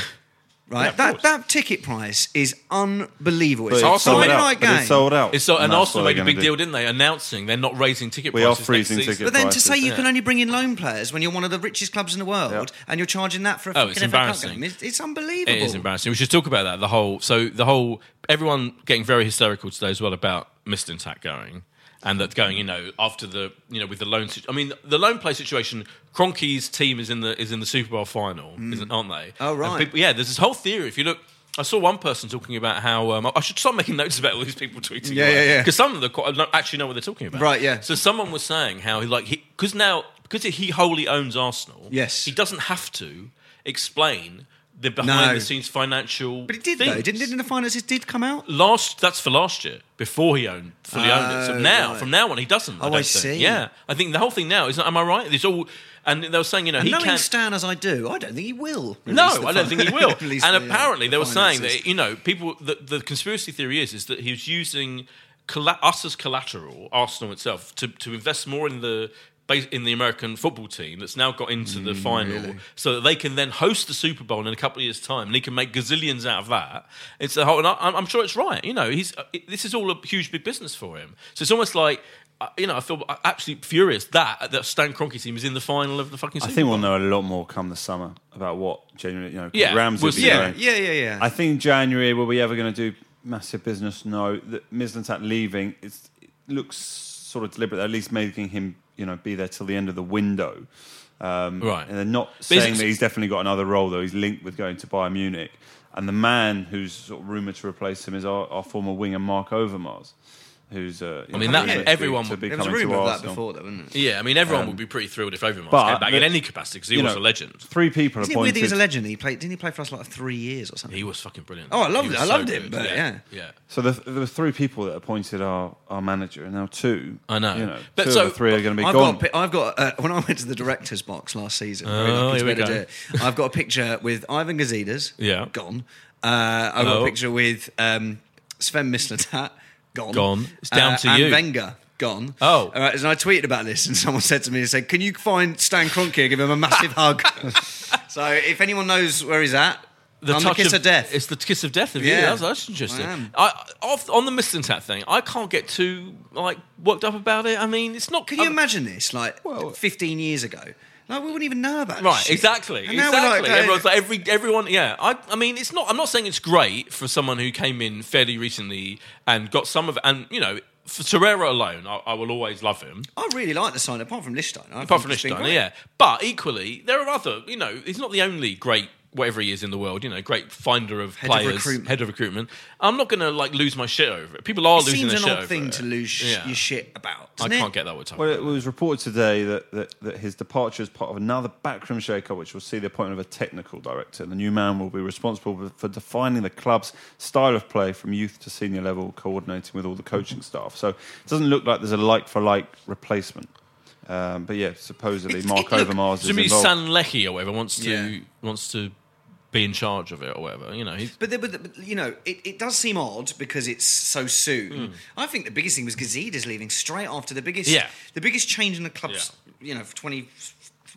Speaker 2: Right,
Speaker 1: Yeah, of
Speaker 2: that
Speaker 1: course.
Speaker 2: that ticket price is unbelievable. It's
Speaker 3: But
Speaker 2: a
Speaker 1: it's sold
Speaker 2: Friday
Speaker 1: out,
Speaker 2: night
Speaker 3: but
Speaker 2: game,
Speaker 3: it's sold out.
Speaker 1: It's so, and
Speaker 3: that's
Speaker 1: Arsenal
Speaker 3: what
Speaker 1: made a
Speaker 3: they're
Speaker 1: big
Speaker 3: gonna
Speaker 1: deal,
Speaker 3: do.
Speaker 1: didn't they? Announcing they're not raising ticket
Speaker 3: We
Speaker 1: prices.
Speaker 3: are
Speaker 1: next
Speaker 3: freezing
Speaker 1: season.
Speaker 3: ticket
Speaker 2: But then to
Speaker 3: prices.
Speaker 2: say you
Speaker 1: Yeah.
Speaker 2: can only bring in loan players when you're one of the richest clubs in the world,
Speaker 3: Yeah.
Speaker 2: and you're charging that for
Speaker 1: Oh,
Speaker 2: a fucking
Speaker 1: it's
Speaker 2: FA Cup
Speaker 1: embarrassing.
Speaker 2: game, it's, it's unbelievable.
Speaker 1: It is embarrassing. We should talk about that. The whole so the whole everyone getting very hysterical today as well about Mistintat going and that going. You know, after the you know with the loan. situ- I mean, the loan play situation. Cronky's team is in the is in the Super Bowl final, isn't aren't they?
Speaker 2: Oh,
Speaker 1: And
Speaker 2: right.
Speaker 1: people- yeah, there's this whole theory. If you look. I saw one person talking about how um, I should start making notes about all these people tweeting.
Speaker 2: Yeah, yeah, yeah.
Speaker 1: Because some of them quite- I don't actually know what they're talking about.
Speaker 2: Right, yeah.
Speaker 1: So someone was saying how he like he because now because he wholly owns Arsenal.
Speaker 2: Yes.
Speaker 1: He doesn't have to explain the behind
Speaker 2: No.
Speaker 1: the scenes financial.
Speaker 2: But it did
Speaker 1: things.
Speaker 2: though, didn't, didn't the finances did come out?
Speaker 1: Last that's for last year before he owned fully owned it. So
Speaker 2: Oh,
Speaker 1: now
Speaker 2: right.
Speaker 1: from now on he doesn't.
Speaker 2: Oh,
Speaker 1: don't
Speaker 2: I see.
Speaker 1: Think. Yeah, I think the whole thing now is. Am I right? It's all. And they were saying you know
Speaker 2: And
Speaker 1: he
Speaker 2: knowing
Speaker 1: can't.
Speaker 2: Stan as I do, I don't think he will. release
Speaker 1: no,
Speaker 2: the
Speaker 1: I don't
Speaker 2: fin-
Speaker 1: think he will.
Speaker 2: release
Speaker 1: and
Speaker 2: the, uh,
Speaker 1: apparently, they
Speaker 2: the
Speaker 1: were saying
Speaker 2: finances.
Speaker 1: that you know people. The, the conspiracy theory is is that he was using colla- us as collateral, Arsenal itself, to to invest more in the bas- in the American football team that's now got into
Speaker 2: Mm,
Speaker 1: the final, so that they can then host the Super Bowl in a couple of years' time, and he can make gazillions out of that. It's a whole, and I, I'm I'm sure it's right. You know, he's uh, it- this is all a huge big business for him. So it's almost like. uh, You know, I feel uh, absolutely furious that that Stan Kroenke team is in the final of the fucking.
Speaker 3: I
Speaker 1: Super
Speaker 3: think
Speaker 1: Bowl.
Speaker 3: we'll know a lot more come the summer about what genuinely, you know, 'cause
Speaker 1: Yeah,
Speaker 3: Rams
Speaker 1: we'll
Speaker 3: will be
Speaker 1: see.
Speaker 2: Yeah,
Speaker 3: going.
Speaker 2: yeah, yeah, yeah.
Speaker 3: I think January, were we ever going to do massive business? No. The, Mislintat leaving, it's, it looks sort of deliberate, at least making him, you know, be there till the end of the window. Um,
Speaker 1: Right.
Speaker 3: And they're not
Speaker 1: he's
Speaker 3: saying
Speaker 1: ex-
Speaker 3: that he's definitely got another role, though. He's linked with going to Bayern Munich. And the man who's sort of rumoured to replace him is our, our former winger, Mark Overmars. Who's, uh, I
Speaker 1: mean, that- everyone would-
Speaker 2: there was a rumour of that before, though, wasn't it?
Speaker 1: Yeah, I mean, everyone would be pretty thrilled if Overmars
Speaker 3: Um, but
Speaker 1: came back in
Speaker 3: the-
Speaker 1: any capacity because he
Speaker 3: you
Speaker 1: was
Speaker 3: know,
Speaker 1: a legend.
Speaker 3: Three people
Speaker 2: Isn't it weird
Speaker 3: appointed.
Speaker 2: that he's a legend? He played, didn't he play for us like three years or something?
Speaker 1: He was fucking brilliant.
Speaker 2: Oh, I loved
Speaker 1: He was
Speaker 2: it. I loved him,
Speaker 1: good.
Speaker 2: but yeah.
Speaker 1: yeah.
Speaker 3: So the, there were three people that appointed our, our manager, and now two.
Speaker 1: I know.
Speaker 3: You know,
Speaker 1: But
Speaker 3: two
Speaker 1: so-
Speaker 3: of the three are going to be
Speaker 2: I've
Speaker 3: gone.
Speaker 2: got, a pi- I've got uh, when I went to the director's box last season. very
Speaker 1: Oh,
Speaker 2: lucky
Speaker 1: here
Speaker 2: to
Speaker 1: we
Speaker 2: be able to
Speaker 1: go.
Speaker 2: do it, I've got a picture with Ivan Gazidis.
Speaker 1: Yeah.
Speaker 2: gone. Uh, I've got
Speaker 1: Oh.
Speaker 2: a picture with um, Sven Mislintat. Gone.
Speaker 1: Gone. It's down
Speaker 2: Uh,
Speaker 1: to
Speaker 2: and
Speaker 1: you.
Speaker 2: Wenger. Gone.
Speaker 1: Oh.
Speaker 2: All right, and I tweeted about this, and someone said to me, "They said, can you find Stan Kroenke and give him a massive hug?" so, if anyone knows where he's at, I'm the
Speaker 1: touch
Speaker 2: kiss of, death.
Speaker 1: It's the kiss of death of
Speaker 2: Yeah.
Speaker 1: you. That's, that's interesting.
Speaker 2: I am.
Speaker 1: I, off, on the Mislintat thing, I can't get too like worked up about it. I mean, it's not.
Speaker 2: Can you
Speaker 1: I'm-
Speaker 2: imagine this? Like 15 years ago, like we wouldn't even know about. this
Speaker 1: Right,
Speaker 2: shit.
Speaker 1: exactly,
Speaker 2: And now we're like,
Speaker 1: exactly.
Speaker 2: uh,
Speaker 1: Everyone's like, every everyone, yeah. I, I mean, it's not. I'm not saying it's great for someone who came in fairly recently and got some of, and you know, for Torreira alone, I, I will always love him.
Speaker 2: I really like the sign, apart from Lichtenstein. I
Speaker 1: apart
Speaker 2: think
Speaker 1: from
Speaker 2: it's been
Speaker 1: Lichtenstein,
Speaker 2: great.
Speaker 1: yeah. But equally, there are other. You know, he's not the only great whatever he is in the world. You know, great finder of
Speaker 2: of
Speaker 1: players,
Speaker 2: recruitment.
Speaker 1: head of recruitment. I'm not going to like lose my shit over it. People are
Speaker 2: It
Speaker 1: losing
Speaker 2: seems
Speaker 1: their
Speaker 2: an
Speaker 1: shit
Speaker 2: odd
Speaker 1: over
Speaker 2: thing
Speaker 1: it.
Speaker 2: to lose
Speaker 1: Yeah.
Speaker 2: your shit about.
Speaker 1: I
Speaker 2: doesn't it?
Speaker 1: can't get that with time.
Speaker 3: Well, it was reported today that, that, that his departure is part of another backroom shakeup, which will see the appointment of a technical director. The new man will be responsible for- for defining the club's style of play from youth to senior level, coordinating with all the coaching staff. So it doesn't look like there's a like for like replacement. Um, but yeah, supposedly Mark
Speaker 1: Look,
Speaker 3: Overmars is
Speaker 1: Jimmy
Speaker 3: involved.
Speaker 1: Sanlecki or whatever wants to
Speaker 2: Yeah.
Speaker 1: wants to be in charge of it or whatever. You know, he's,
Speaker 2: But, the, but, the, but you know, it, it does seem odd because it's so soon. I think the biggest thing was Gazidis leaving straight after the biggest,
Speaker 1: Hmm. Yeah.
Speaker 2: the biggest change in the club's, you know, for twenty,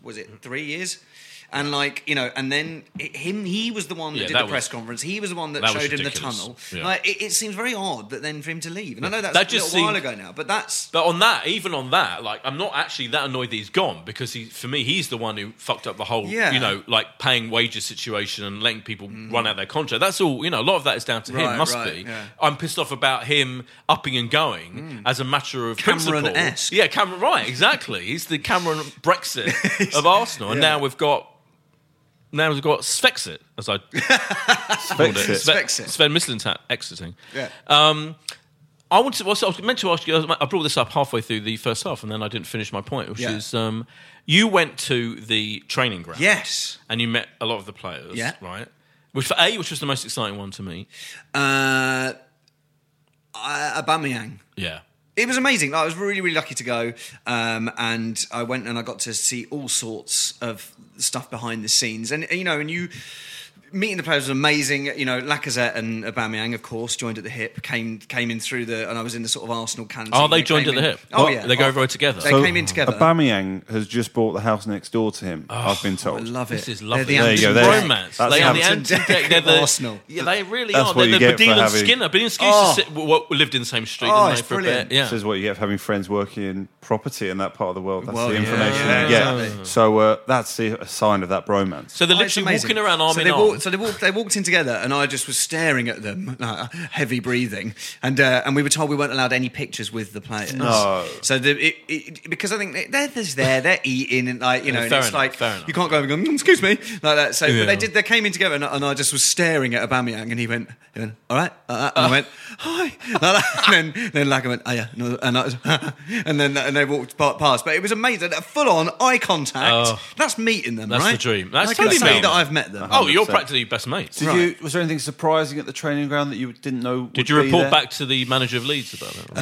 Speaker 2: was
Speaker 1: Hmm.
Speaker 2: it three years? And like you know, and then it, him, he was the one that
Speaker 1: Yeah,
Speaker 2: did
Speaker 1: that
Speaker 2: the
Speaker 1: was-
Speaker 2: press conference. He was the one that,
Speaker 1: that was
Speaker 2: showed him the
Speaker 1: ridiculous.
Speaker 2: tunnel.
Speaker 1: Yeah.
Speaker 2: Like it, it seems very odd that then for him to leave. And I know that's
Speaker 1: That
Speaker 2: a
Speaker 1: just
Speaker 2: little while
Speaker 1: seemed-
Speaker 2: ago now, but that's
Speaker 1: but on that, even on that, like I'm not actually that annoyed that he's gone because he, for me, he's the one who fucked up the whole,
Speaker 2: Yeah.
Speaker 1: you know, like paying wages situation and letting people run out their contract. That's all, you know. A lot of that is down to
Speaker 2: Right,
Speaker 1: him. Must
Speaker 2: right,
Speaker 1: be.
Speaker 2: yeah. Hmm.
Speaker 1: I'm pissed off about him upping and going as a matter of
Speaker 2: Cameron-esque.
Speaker 1: principle. Yeah, Cameron. Right, exactly. he's the Cameron Brexit of Arsenal, and
Speaker 2: Yeah.
Speaker 1: now we've got. Now we've got Svexit, as I
Speaker 3: Fix
Speaker 1: called it.
Speaker 3: it.
Speaker 1: Sven,
Speaker 2: Svexit.
Speaker 1: Sven Mislintat exiting.
Speaker 2: Yeah.
Speaker 1: Um, I wanted. well, so I was meant to ask you. I brought this up halfway through the first half, and then I didn't finish my point, which
Speaker 2: Yeah.
Speaker 1: is um, you went to the training ground.
Speaker 2: yes.
Speaker 1: And you met a lot of the players.
Speaker 2: Yeah.
Speaker 1: Right. Which for a, which was the most exciting one to me.
Speaker 2: Uh, uh, Aubameyang.
Speaker 1: Yeah.
Speaker 2: It was amazing. I was really, really lucky to go, um, and I went and I got to see all sorts of stuff behind the scenes, and you know, and you meeting the players was amazing. You know, Lacazette and Aubameyang, of course, joined at the hip, came came in through the, and I was in the sort of Arsenal canteen.
Speaker 1: Are they
Speaker 2: They
Speaker 1: joined
Speaker 2: came
Speaker 1: at the
Speaker 2: in-
Speaker 1: hip?
Speaker 2: Oh
Speaker 1: What?
Speaker 2: yeah,
Speaker 1: They go
Speaker 2: Oh,
Speaker 1: everywhere together.
Speaker 2: They
Speaker 1: So
Speaker 2: came in together.
Speaker 3: Aubameyang has just bought the house next door to him. I've been told.
Speaker 2: Oh, I love it.
Speaker 1: This is lovely.
Speaker 2: They're the
Speaker 3: There you go,
Speaker 2: Hampton Deck.
Speaker 3: there's-
Speaker 1: romance.
Speaker 3: that's
Speaker 1: They are the
Speaker 2: Hampton
Speaker 1: anti
Speaker 2: Deck
Speaker 1: They're
Speaker 2: of
Speaker 1: the
Speaker 2: Arsenal.
Speaker 1: Yeah, they really
Speaker 3: That's
Speaker 1: are.
Speaker 3: what
Speaker 1: They're
Speaker 3: you
Speaker 1: the
Speaker 3: get for
Speaker 1: Badil and
Speaker 3: having-
Speaker 1: Skinner. Badil and Skinner
Speaker 2: Oh.
Speaker 1: used to sit, well, lived in the same street.
Speaker 2: Oh,
Speaker 1: didn't
Speaker 2: it's
Speaker 1: they, for a
Speaker 2: brilliant.
Speaker 1: bit. Yeah.
Speaker 3: This is what you get for having friends working in property in that part of the world. That's
Speaker 2: Well,
Speaker 3: the
Speaker 2: yeah,
Speaker 3: information
Speaker 2: yeah,
Speaker 3: you get.
Speaker 2: exactly.
Speaker 3: So uh, that's the, a sign of that bromance.
Speaker 1: So they're
Speaker 2: Oh, it's
Speaker 1: literally
Speaker 2: amazing.
Speaker 1: walking around arm
Speaker 2: so
Speaker 1: in
Speaker 2: they
Speaker 1: arm.
Speaker 2: Walked, so they walked, they walked in together, and I just was staring at them, like, heavy breathing, and uh, and we were told we weren't allowed any pictures with the players.
Speaker 3: No.
Speaker 2: So the, it, it, because I think they- they're just there, they're eating, and like you know, and
Speaker 1: Fair
Speaker 2: it's
Speaker 1: enough,
Speaker 2: like
Speaker 1: fair enough.
Speaker 2: you can't go over and go, "Mm, excuse me, like that. So
Speaker 1: Yeah.
Speaker 2: but they did. They came in together, and, I- and I just was staring at Aubameyang, and he went, he went all right, like that,
Speaker 1: Uh.
Speaker 2: and I went, hi, like that. and then then Laka went, oh yeah, no, and I was, and then and they walked pa- past, but it was amazing, full on eye contact.
Speaker 1: Oh.
Speaker 2: That's meeting them,
Speaker 1: That's the
Speaker 2: right?
Speaker 1: dream. That's
Speaker 2: I can
Speaker 1: totally
Speaker 2: say
Speaker 1: meeting
Speaker 2: that
Speaker 1: them.
Speaker 2: I've met them.
Speaker 1: Oh, you're
Speaker 3: 100%.
Speaker 1: practically best mates.
Speaker 3: Did
Speaker 2: Right.
Speaker 3: you, was there anything surprising at the training ground that you didn't know? would
Speaker 1: Did you
Speaker 3: be
Speaker 1: report
Speaker 3: there?
Speaker 1: back to the manager of Leeds about that?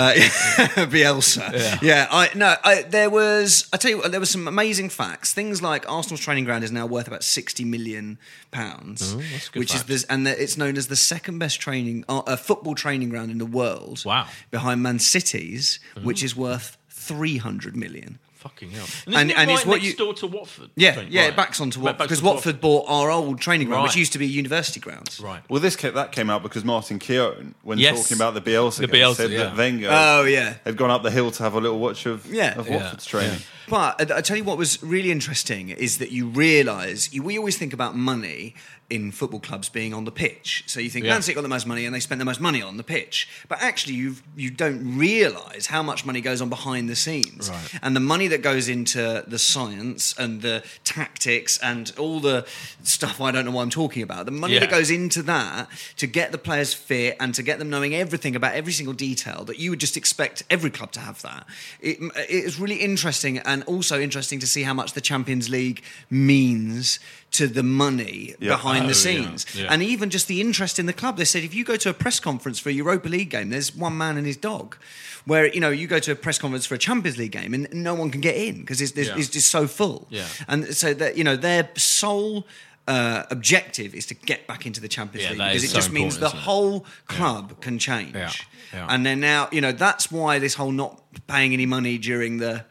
Speaker 2: Uh, Bielsa. Yeah. I no. I, there was. I tell you, what, there were some amazing facts. Things like Arsenal's training ground is now worth about sixty million pounds,
Speaker 1: Oh, good
Speaker 2: which
Speaker 1: fact.
Speaker 2: is the, and the, it's known as the second best training uh, uh, football training ground in the world.
Speaker 1: Wow. Mm-hmm.
Speaker 2: Behind Man City's, which is worth three hundred million.
Speaker 1: Fucking hell! And, isn't
Speaker 2: And-
Speaker 1: it
Speaker 2: and
Speaker 1: right
Speaker 2: it's what
Speaker 1: next
Speaker 2: you-
Speaker 1: door to Watford.
Speaker 2: Yeah,
Speaker 1: Trent?
Speaker 2: yeah,
Speaker 1: Right.
Speaker 2: it backs onto
Speaker 1: Right,
Speaker 2: Watford
Speaker 1: backs
Speaker 2: because
Speaker 1: onto
Speaker 2: Watford bought our old training ground,
Speaker 1: Right.
Speaker 2: which used to be university grounds.
Speaker 1: Right.
Speaker 3: Well, this ca- that came out because Martin Keown, when
Speaker 1: Yes.
Speaker 3: talking about the Bielsa,
Speaker 1: The
Speaker 3: game,
Speaker 1: Bielsa,
Speaker 3: said
Speaker 1: yeah.
Speaker 3: that Wenger,
Speaker 2: Oh yeah.
Speaker 3: they've gone up the hill to have a little watch of,
Speaker 2: Yeah.
Speaker 3: of
Speaker 2: Yeah.
Speaker 3: Watford's training.
Speaker 2: But uh, I I tell you what was really interesting is that you realise you, we always think about money in football clubs being on the pitch. So you think
Speaker 1: Yeah.
Speaker 2: Man City got the most money and they spent the most money on the pitch. But actually, you you don't realise how much money goes on behind the scenes
Speaker 1: Right.
Speaker 2: and the money that goes into the science and the tactics and all the stuff I don't know what I'm talking about. The money
Speaker 1: Yeah.
Speaker 2: that goes into that to get the players fit and to get them knowing everything about every single detail that you would just expect every club to have that. It, it is really interesting and also interesting to see how much the Champions League means to the money
Speaker 3: Yeah.
Speaker 2: behind
Speaker 1: Oh,
Speaker 2: the
Speaker 1: yeah.
Speaker 2: scenes.
Speaker 1: Yeah.
Speaker 2: And even just the interest in the club. They said if you go to a press conference for a Europa League game, there's one man and his dog. Where you know you go to a press conference for a Champions League game and no one can get in because it's, it's,
Speaker 1: Yeah.
Speaker 2: it's just so full.
Speaker 1: Yeah.
Speaker 2: And so that you know their sole. Uh, objective is to get back into the Champions
Speaker 1: Yeah,
Speaker 2: League
Speaker 1: that
Speaker 2: because it
Speaker 1: is so
Speaker 2: just means the
Speaker 1: important, isn't it?
Speaker 2: whole club can change,
Speaker 1: Yeah. Yeah.
Speaker 2: and then now you know that's why this whole not paying any money during the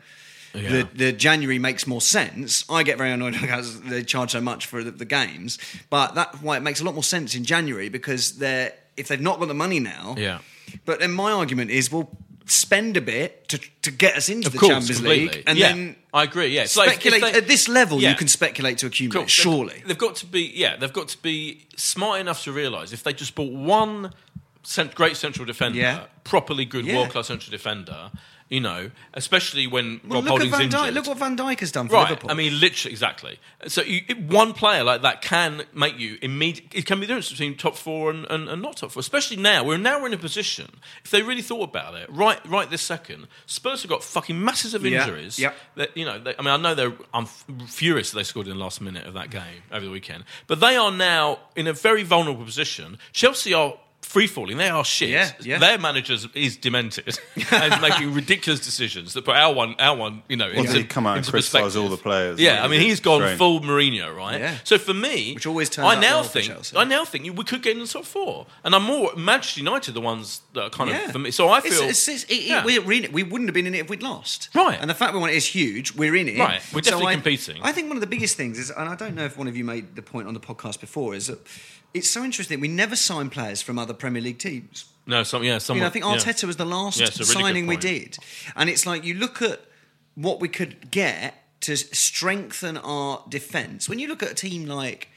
Speaker 1: Yeah.
Speaker 2: the, the January makes more sense. I get very annoyed because they charge so much for the, the games, but that's why it makes a lot more sense in January because they're if they've not got the money now.
Speaker 1: Yeah.
Speaker 2: But then my argument is, well, spend a bit to to get us into
Speaker 1: Of
Speaker 2: the
Speaker 1: course,
Speaker 2: Champions
Speaker 1: completely.
Speaker 2: League, and
Speaker 1: Yeah,
Speaker 2: then
Speaker 1: I agree, yeah. It's like if- if
Speaker 2: speculate
Speaker 1: they-
Speaker 2: at this level.
Speaker 1: Yeah.
Speaker 2: You can speculate to accumulate.
Speaker 1: Cool.
Speaker 2: Surely,
Speaker 1: They've, they've got to be yeah, they've got to be smart enough to realise if they just bought one cent- great central defender,
Speaker 2: Yeah.
Speaker 1: properly good
Speaker 2: Yeah.
Speaker 1: world class central defender, you know, especially when
Speaker 2: well,
Speaker 1: Rob
Speaker 2: look at
Speaker 1: Holding's
Speaker 2: Van Dijk.
Speaker 1: injured.
Speaker 2: Look what Van Dijk has done for
Speaker 1: Right,
Speaker 2: Liverpool.
Speaker 1: I mean, literally, exactly. So, you, it- one player like that can make you immediate. It can be the difference between top four and, and, and not top four. Especially now, we're now we're in a position. If they really thought about it, right, right this second, Spurs have got fucking masses of
Speaker 2: Yeah,
Speaker 1: injuries.
Speaker 2: yep.
Speaker 1: That you know, they, I mean, I know they're. I'm f- furious that they scored in the last minute of that game over the weekend, but they are now in a very vulnerable position. Chelsea are. Free falling, they are shit.
Speaker 2: Yeah, yeah.
Speaker 1: Their manager is demented and is making ridiculous decisions that put our one, our one, you know,
Speaker 3: Well,
Speaker 1: into-
Speaker 3: they come out and
Speaker 1: into
Speaker 3: criticise
Speaker 1: perspective.
Speaker 3: all the players.
Speaker 1: Yeah, I mean he's gone
Speaker 3: Strange.
Speaker 1: full Mourinho, right?
Speaker 2: Yeah.
Speaker 1: So for me,
Speaker 2: Which always turns
Speaker 1: I
Speaker 2: out
Speaker 1: now
Speaker 2: well for
Speaker 1: think
Speaker 2: Chelsea.
Speaker 1: I now think you- we could get in the top four, and I'm more Manchester United the ones that are kind
Speaker 2: Yeah.
Speaker 1: of for me. So I
Speaker 2: It's-
Speaker 1: feel
Speaker 2: it's- it's- it-
Speaker 1: Yeah.
Speaker 2: it- we're in it. We wouldn't have been in it if we'd lost.
Speaker 1: Right.
Speaker 2: And the fact we want it is huge. We're in it.
Speaker 1: Right. We're definitely
Speaker 2: I-
Speaker 1: competing.
Speaker 2: I think one of the biggest things is, and I don't know if one of you made the point on the podcast before, is that it's so interesting. We never sign players from other Premier League teams.
Speaker 1: no, some yeah,
Speaker 2: You
Speaker 1: someone.
Speaker 2: know, I think Arteta was the last
Speaker 1: Yeah, it's a really good
Speaker 2: signing we
Speaker 1: point.
Speaker 2: did, and it's like you look at what we could get to s- strengthen our defence. When you look at a team like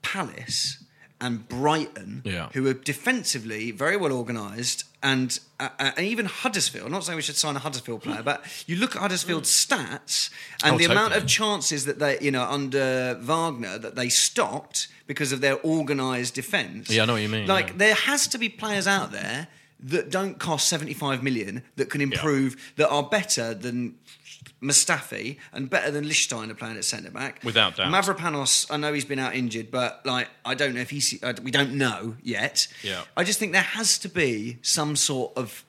Speaker 2: Palace and Brighton,
Speaker 1: Yeah.
Speaker 2: who are defensively very well organised, and uh, uh, and even Huddersfield. I'm not saying we should sign a Huddersfield player, but you look at Huddersfield's stats and
Speaker 1: Oh,
Speaker 2: the amount
Speaker 1: totally.
Speaker 2: of chances that they, you know, under Wagner that they stopped because of their organised defence.
Speaker 1: Yeah, I know what you mean,
Speaker 2: Like
Speaker 1: yeah.
Speaker 2: there has to be players out there that don't cost 75 million that can improve that are better than Mustafi and better than Lichtsteiner playing at centre back
Speaker 1: Without doubt.
Speaker 2: Mavropanos I know he's been out injured but like I don't know if he's uh, we don't know yet
Speaker 1: Yeah.
Speaker 2: I just think there has to be some sort of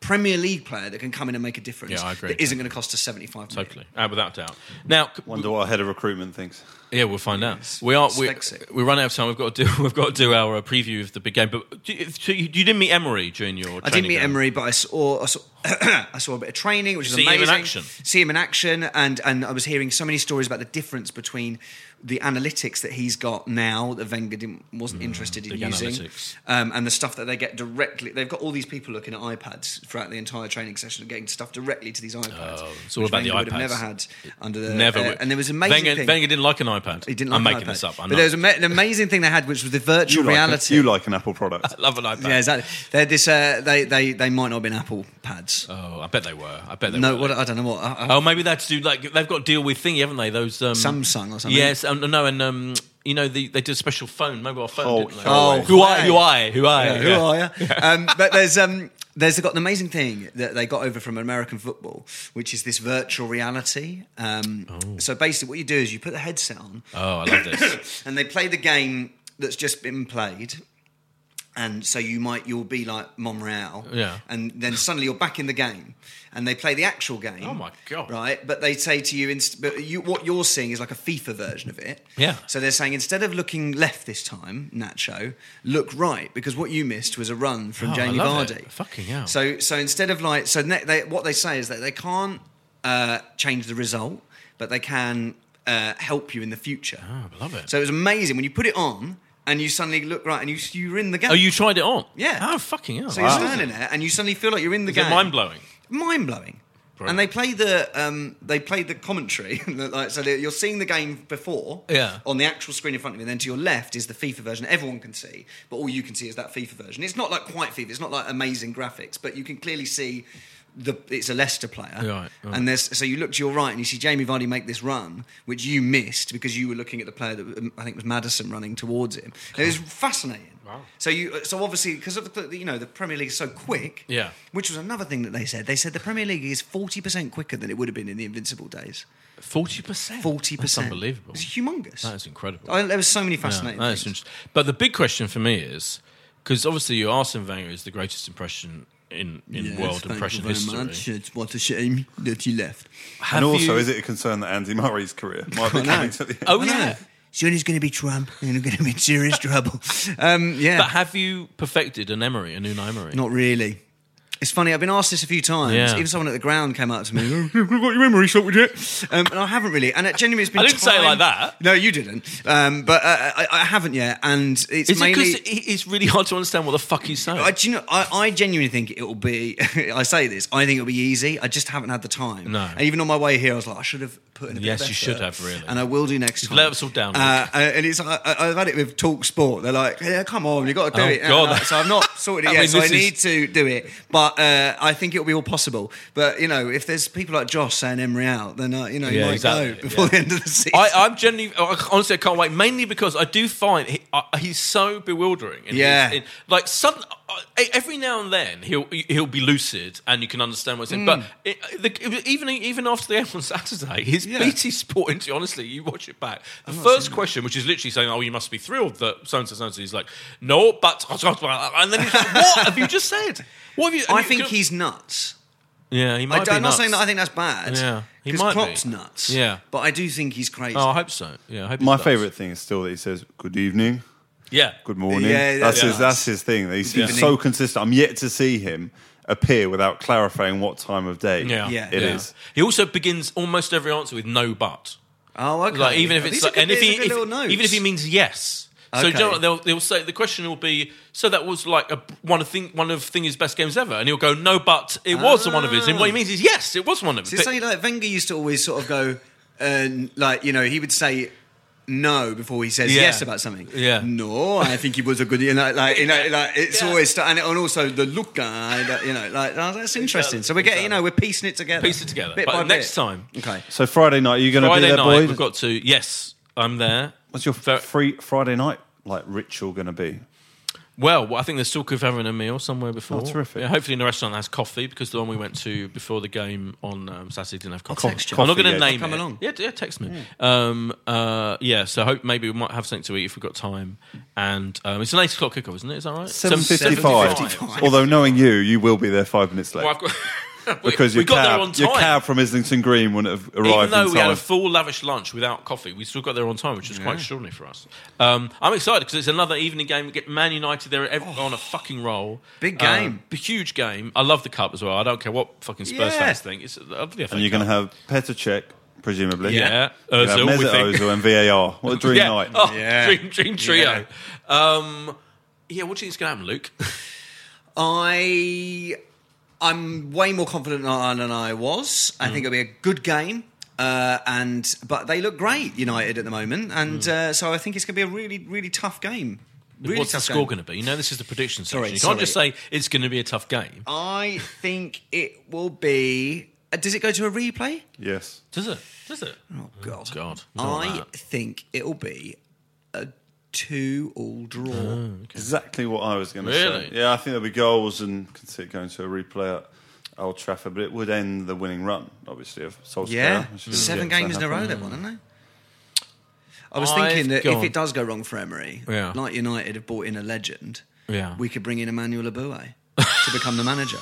Speaker 2: Premier League player that can come in and make a difference
Speaker 1: Yeah, I agree.
Speaker 2: that isn't going to cost us 75 million
Speaker 1: Totally, Ah, without doubt. Now, c-
Speaker 3: Wonder what our head of recruitment thinks.
Speaker 1: yeah, we'll find out. We are we,
Speaker 2: Dyslexic.
Speaker 1: we run out of time. We've got to do we've got to do our uh, preview of the big game. But do, you- so you, you didn't meet Emery during your.
Speaker 2: I didn't
Speaker 1: training
Speaker 2: meet
Speaker 1: ground.
Speaker 2: Emery, but I saw I saw, I saw a bit of training, which is
Speaker 1: See him in
Speaker 2: amazing.
Speaker 1: action.
Speaker 2: See him in action, and and I was hearing so many stories about the difference between the analytics that he's got now that Wenger didn't, wasn't interested in
Speaker 1: Mm, big
Speaker 2: using,
Speaker 1: analytics.
Speaker 2: um, and the stuff that they get directly. They've got all these people looking at iPads throughout the entire training session and getting stuff directly to these iPads.
Speaker 1: Oh, it's all
Speaker 2: which
Speaker 1: about the
Speaker 2: Wenger would have
Speaker 1: iPads.
Speaker 2: never had under the
Speaker 1: Never.
Speaker 2: uh,
Speaker 1: would-
Speaker 2: and there was an amazing
Speaker 1: Wenger,
Speaker 2: thing.
Speaker 1: Wenger didn't like an iPad.
Speaker 2: he didn't.
Speaker 1: I'm
Speaker 2: like an
Speaker 1: making
Speaker 2: iPad.
Speaker 1: this up. I
Speaker 2: but
Speaker 1: know.
Speaker 2: there was ama- an amazing thing they had, which was the virtual
Speaker 3: like a-
Speaker 2: reality.
Speaker 3: you like an Apple product.
Speaker 1: I love an iPad.
Speaker 2: Yeah, exactly. They're this, uh, they, they, they might not have been Apple pads.
Speaker 1: Oh, I bet they were. I bet they
Speaker 2: no,
Speaker 1: were.
Speaker 2: what, I don't know what. uh, I, I-
Speaker 1: Oh, maybe that's do like they've got to deal with thingy, haven't they? Those um,
Speaker 2: Samsung or something.
Speaker 1: Yes, um, no, and um, you know the, they did a special phone, mobile phone.
Speaker 3: Oh,
Speaker 1: didn't they?
Speaker 2: oh,
Speaker 1: who are
Speaker 2: hey.
Speaker 1: who are who are
Speaker 2: Yeah, who are you? Um, but there's um, there's got an amazing thing that they got over from American football, which is this virtual reality. Um, So basically, what you do is you put the headset on,
Speaker 1: Oh, I love this.
Speaker 2: and they play the game that's just been played. And so you might you'll be like Monreal,
Speaker 1: Yeah.
Speaker 2: and then suddenly you're back in the game, and they play the actual game.
Speaker 1: Oh my God.
Speaker 2: Right, but they say to you, inst- but you what you're seeing is like a FIFA version of it.
Speaker 1: Yeah.
Speaker 2: So they're saying instead of looking left this time, Nacho, look right because what you missed was a run from
Speaker 1: Oh, I
Speaker 2: Jamie
Speaker 1: love it.
Speaker 2: Vardy.
Speaker 1: Fucking hell.
Speaker 2: So so instead of like so ne- they, what they say is that they can't uh, change the result, but they can uh, help you in the future.
Speaker 1: I love it.
Speaker 2: So it was amazing when you put it on and you suddenly look right and you you're in the game.
Speaker 1: oh, you tried it on?
Speaker 2: Yeah.
Speaker 1: Oh, fucking hell.
Speaker 2: so you're standing there and you suddenly feel like you're in the
Speaker 1: Is
Speaker 2: game.
Speaker 1: it mind blowing?
Speaker 2: mind blowing. And they play the um, they play the commentary, like so that you're seeing the game before,
Speaker 1: Yeah.
Speaker 2: on the actual screen in front of you. And then to your left is the FIFA version everyone can see, but all you can see is that FIFA version. It's not like quite FIFA. It's not like amazing graphics, but you can clearly see the it's a Leicester player,
Speaker 1: Right, right.
Speaker 2: and there's so you look to your right and you see Jamie Vardy make this run, which you missed because you were looking at the player that um, I think was Madison running towards him. And it was fascinating. Wow. So you uh, so obviously because of the you know the Premier League is so quick,
Speaker 1: Yeah.
Speaker 2: which was another thing that they said. They said the Premier League is 40% quicker than it would have been in the Invincible days.
Speaker 1: 40%.
Speaker 2: 40%.
Speaker 1: That's unbelievable.
Speaker 2: It's humongous.
Speaker 1: That is incredible.
Speaker 2: I, there was so many
Speaker 1: Yeah,
Speaker 2: fascinating
Speaker 1: that is
Speaker 2: things.
Speaker 1: interesting. But the big question for me is because obviously your Arsene Wenger is the greatest impression in, in world impression history.
Speaker 2: It's what a shame that he left.
Speaker 1: Have
Speaker 3: And also,
Speaker 1: you-
Speaker 3: is it a concern that Andy Murray's career might be
Speaker 2: I know.
Speaker 3: coming to the end?
Speaker 1: Oh yeah.
Speaker 2: Soon he's going to be Trump and we're going to be in serious trouble. Um, yeah.
Speaker 1: But have you perfected an Emery, a Unai Emery?
Speaker 2: Not really. It's funny. I've been asked this a few times.
Speaker 1: Yeah.
Speaker 2: Even someone at the ground came up to me. "Oh, We've got your memory shot, we do. Um, and I haven't really. And it genuinely, it's been.
Speaker 1: I didn't say it
Speaker 2: time-
Speaker 1: like that.
Speaker 2: No, you didn't. Um, but uh, I, I haven't yet. And it's
Speaker 1: Is
Speaker 2: mainly.
Speaker 1: it because it's really hard to understand what the fuck he's saying?
Speaker 2: I, do you know, I, I genuinely think it will be. I say this. I think it'll be easy. I just haven't had the time.
Speaker 1: No.
Speaker 2: And even on my way here, I was like, I should have put in a bit
Speaker 1: Yes,
Speaker 2: of
Speaker 1: you
Speaker 2: effort,
Speaker 1: should have, really.
Speaker 2: And I will do next time.
Speaker 1: let us all down, Luke.
Speaker 2: Uh, and it's. I, I- I've had it with Talk Sport. They're like, yeah, come on, you got to do
Speaker 1: Oh,
Speaker 2: it. And
Speaker 1: God.
Speaker 2: I- so I've not sorted it
Speaker 1: I
Speaker 2: yet.
Speaker 1: mean,
Speaker 2: so I
Speaker 1: this is-
Speaker 2: need to do it. But uh, I think it'll be all possible. But you know, if there's people like Josh saying Emery out, then uh, you know you
Speaker 1: Yeah,
Speaker 2: might
Speaker 1: exactly,
Speaker 2: go before
Speaker 1: yeah.
Speaker 2: the end of the season.
Speaker 1: I, I'm generally, I- honestly, I can't wait. Mainly because I do find he, uh, he's so bewildering. And
Speaker 2: Yeah.
Speaker 1: he's- and, like sudden, uh, every now and then he'll he'll be lucid and you can understand what he's
Speaker 2: Hmm.
Speaker 1: saying. But it, uh, the, even even after the game on Saturday, his BT Sport interview. Honestly, you watch it back. The first question, which is literally saying, "Oh, you must be thrilled that so and so so and so," he's like, "No, but," and then he's like, "What have you just said? What have you?" and
Speaker 2: I
Speaker 1: you
Speaker 2: think
Speaker 1: can-
Speaker 2: he's nuts.
Speaker 1: Yeah, he might
Speaker 2: I
Speaker 1: be
Speaker 2: am not
Speaker 1: nuts.
Speaker 2: saying that I think that's bad.
Speaker 1: Yeah, he
Speaker 2: because
Speaker 1: might be.
Speaker 2: Klopp's nuts.
Speaker 1: Yeah.
Speaker 2: but I do think he's crazy.
Speaker 1: Oh, I hope so. Yeah, I hope he
Speaker 3: My
Speaker 1: does.
Speaker 3: favourite thing is still that he says, good evening.
Speaker 1: Yeah,
Speaker 3: Good morning.
Speaker 2: Yeah,
Speaker 3: that's
Speaker 2: yeah.
Speaker 3: his. That's his thing. He's, he's
Speaker 2: Evening.
Speaker 3: so consistent. I'm yet to see him appear without clarifying what time of day
Speaker 1: Yeah,
Speaker 2: Yeah.
Speaker 3: it is.
Speaker 2: Yeah.
Speaker 1: He also begins almost every answer with no but.
Speaker 2: oh, okay.
Speaker 1: Like even if
Speaker 2: These
Speaker 1: it's
Speaker 2: are
Speaker 1: like,
Speaker 2: good-
Speaker 1: and if
Speaker 2: these
Speaker 1: he
Speaker 2: are good
Speaker 1: if-
Speaker 2: little notes.
Speaker 1: even if he means yes. So
Speaker 2: Okay.
Speaker 1: you know what, they'll they'll say the question will be so that was like a, one of thing one of Thingy's best games ever, and he'll go no, but it was one of his.
Speaker 2: Ah.
Speaker 1: And what he means is yes, it was one of
Speaker 2: So it's
Speaker 1: his.
Speaker 2: something like Wenger used to always sort of go, and like you know, he would say no before he says
Speaker 1: Yeah.
Speaker 2: yes about something.
Speaker 1: Yeah.
Speaker 2: No, I think he was a good. You know, like you know, like it's
Speaker 1: Yeah.
Speaker 2: always and, and also the look guy. That, you know, like oh, that's interesting. So we're getting you know we're piecing it together.
Speaker 1: Piece it together.
Speaker 2: Bit by
Speaker 1: but next
Speaker 2: bit.
Speaker 1: time,
Speaker 2: Okay.
Speaker 3: So Friday night, are you going to be
Speaker 1: Friday
Speaker 3: there,
Speaker 1: night,
Speaker 3: boy?
Speaker 1: we've got to yes, I'm there.
Speaker 3: What's your
Speaker 1: Ver-
Speaker 3: free Friday night like ritual going to be?
Speaker 1: Well, I think there's talk of having a meal somewhere before.
Speaker 3: Oh, terrific.
Speaker 1: Yeah, hopefully, in a restaurant that has coffee because the one we went to before the game on um, Saturday didn't have coffee.
Speaker 2: text you.
Speaker 1: I'm not
Speaker 3: Coffee,
Speaker 1: going to
Speaker 3: yeah. Mm.
Speaker 1: name
Speaker 2: I'll come
Speaker 1: it.
Speaker 2: along.
Speaker 1: Yeah, yeah, text me. Um, uh, yeah, so hope maybe we might have something to eat if we've got time. And um, it's an eight o'clock kickoff, isn't it? Is that right?
Speaker 3: Seven fifty-five.
Speaker 2: 7:55.
Speaker 3: Although knowing you, you will be there five minutes late
Speaker 1: Well, I've got, we-
Speaker 3: because
Speaker 1: we
Speaker 3: your
Speaker 1: got
Speaker 3: cab,
Speaker 1: there on time.
Speaker 3: your cab from Islington Green wouldn't have
Speaker 1: even
Speaker 3: arrived
Speaker 1: though
Speaker 3: in
Speaker 1: we had
Speaker 3: time.
Speaker 1: a full lavish lunch without coffee, we still got there on time, which was quite extraordinary for us. Um, I'm excited because it's another evening game. We get Man United there every, on a fucking roll.
Speaker 2: Oh. Big
Speaker 1: Um,
Speaker 2: game.
Speaker 1: b- huge game. I love the cup as well. I don't care what fucking Spurs
Speaker 2: Yeah.
Speaker 1: fans think. It's uh, the FA
Speaker 3: and you're
Speaker 1: Cup.
Speaker 3: going to have Petr Cech, presumably.
Speaker 1: Yeah.
Speaker 3: You're gonna
Speaker 1: Ozil,
Speaker 3: have
Speaker 1: we
Speaker 3: Mesut
Speaker 1: think.
Speaker 3: Ozil and VAR. What a dream
Speaker 1: yeah.
Speaker 3: night!
Speaker 1: Oh,
Speaker 2: Yeah.
Speaker 1: dream, dream trio. Um, yeah, what do you think's going to happen, Luke?
Speaker 2: I I'm way more confident in Ireland than I was.
Speaker 1: Mm-hmm.
Speaker 2: I think it'll be a good game. Uh, and but they look great, United at the moment, and uh, so I think it's going to be a really, really tough game. Really
Speaker 1: Mm. What's the
Speaker 2: tough
Speaker 1: score
Speaker 2: game.
Speaker 1: going to be? You know, this is the prediction section.
Speaker 2: Sorry,
Speaker 1: you can't
Speaker 2: sorry.
Speaker 1: just say it's going to be a tough game,
Speaker 2: I think it will be. uh, Does it go to a replay?
Speaker 3: Yes.
Speaker 1: does it? Does it?
Speaker 2: Oh God!
Speaker 1: God, I don't
Speaker 2: I
Speaker 1: like that.
Speaker 2: think it will be a two-all draw.
Speaker 1: Oh.
Speaker 3: Exactly what I was going to
Speaker 1: Really?
Speaker 3: say. Yeah, I think there'll be goals and can see it going to a replay at Old Trafford, but it would end the winning run, obviously, of Solskjaer.
Speaker 2: yeah,
Speaker 3: which is-
Speaker 2: seven
Speaker 3: yeah,
Speaker 2: games in a row they've won, haven't they? I was
Speaker 1: I've
Speaker 2: thinking that if
Speaker 1: gone-
Speaker 2: it does go wrong for Emery,
Speaker 1: Yeah.
Speaker 2: like United have bought in a legend,
Speaker 1: Yeah.
Speaker 2: we could bring in Emmanuel Aboué to become the manager,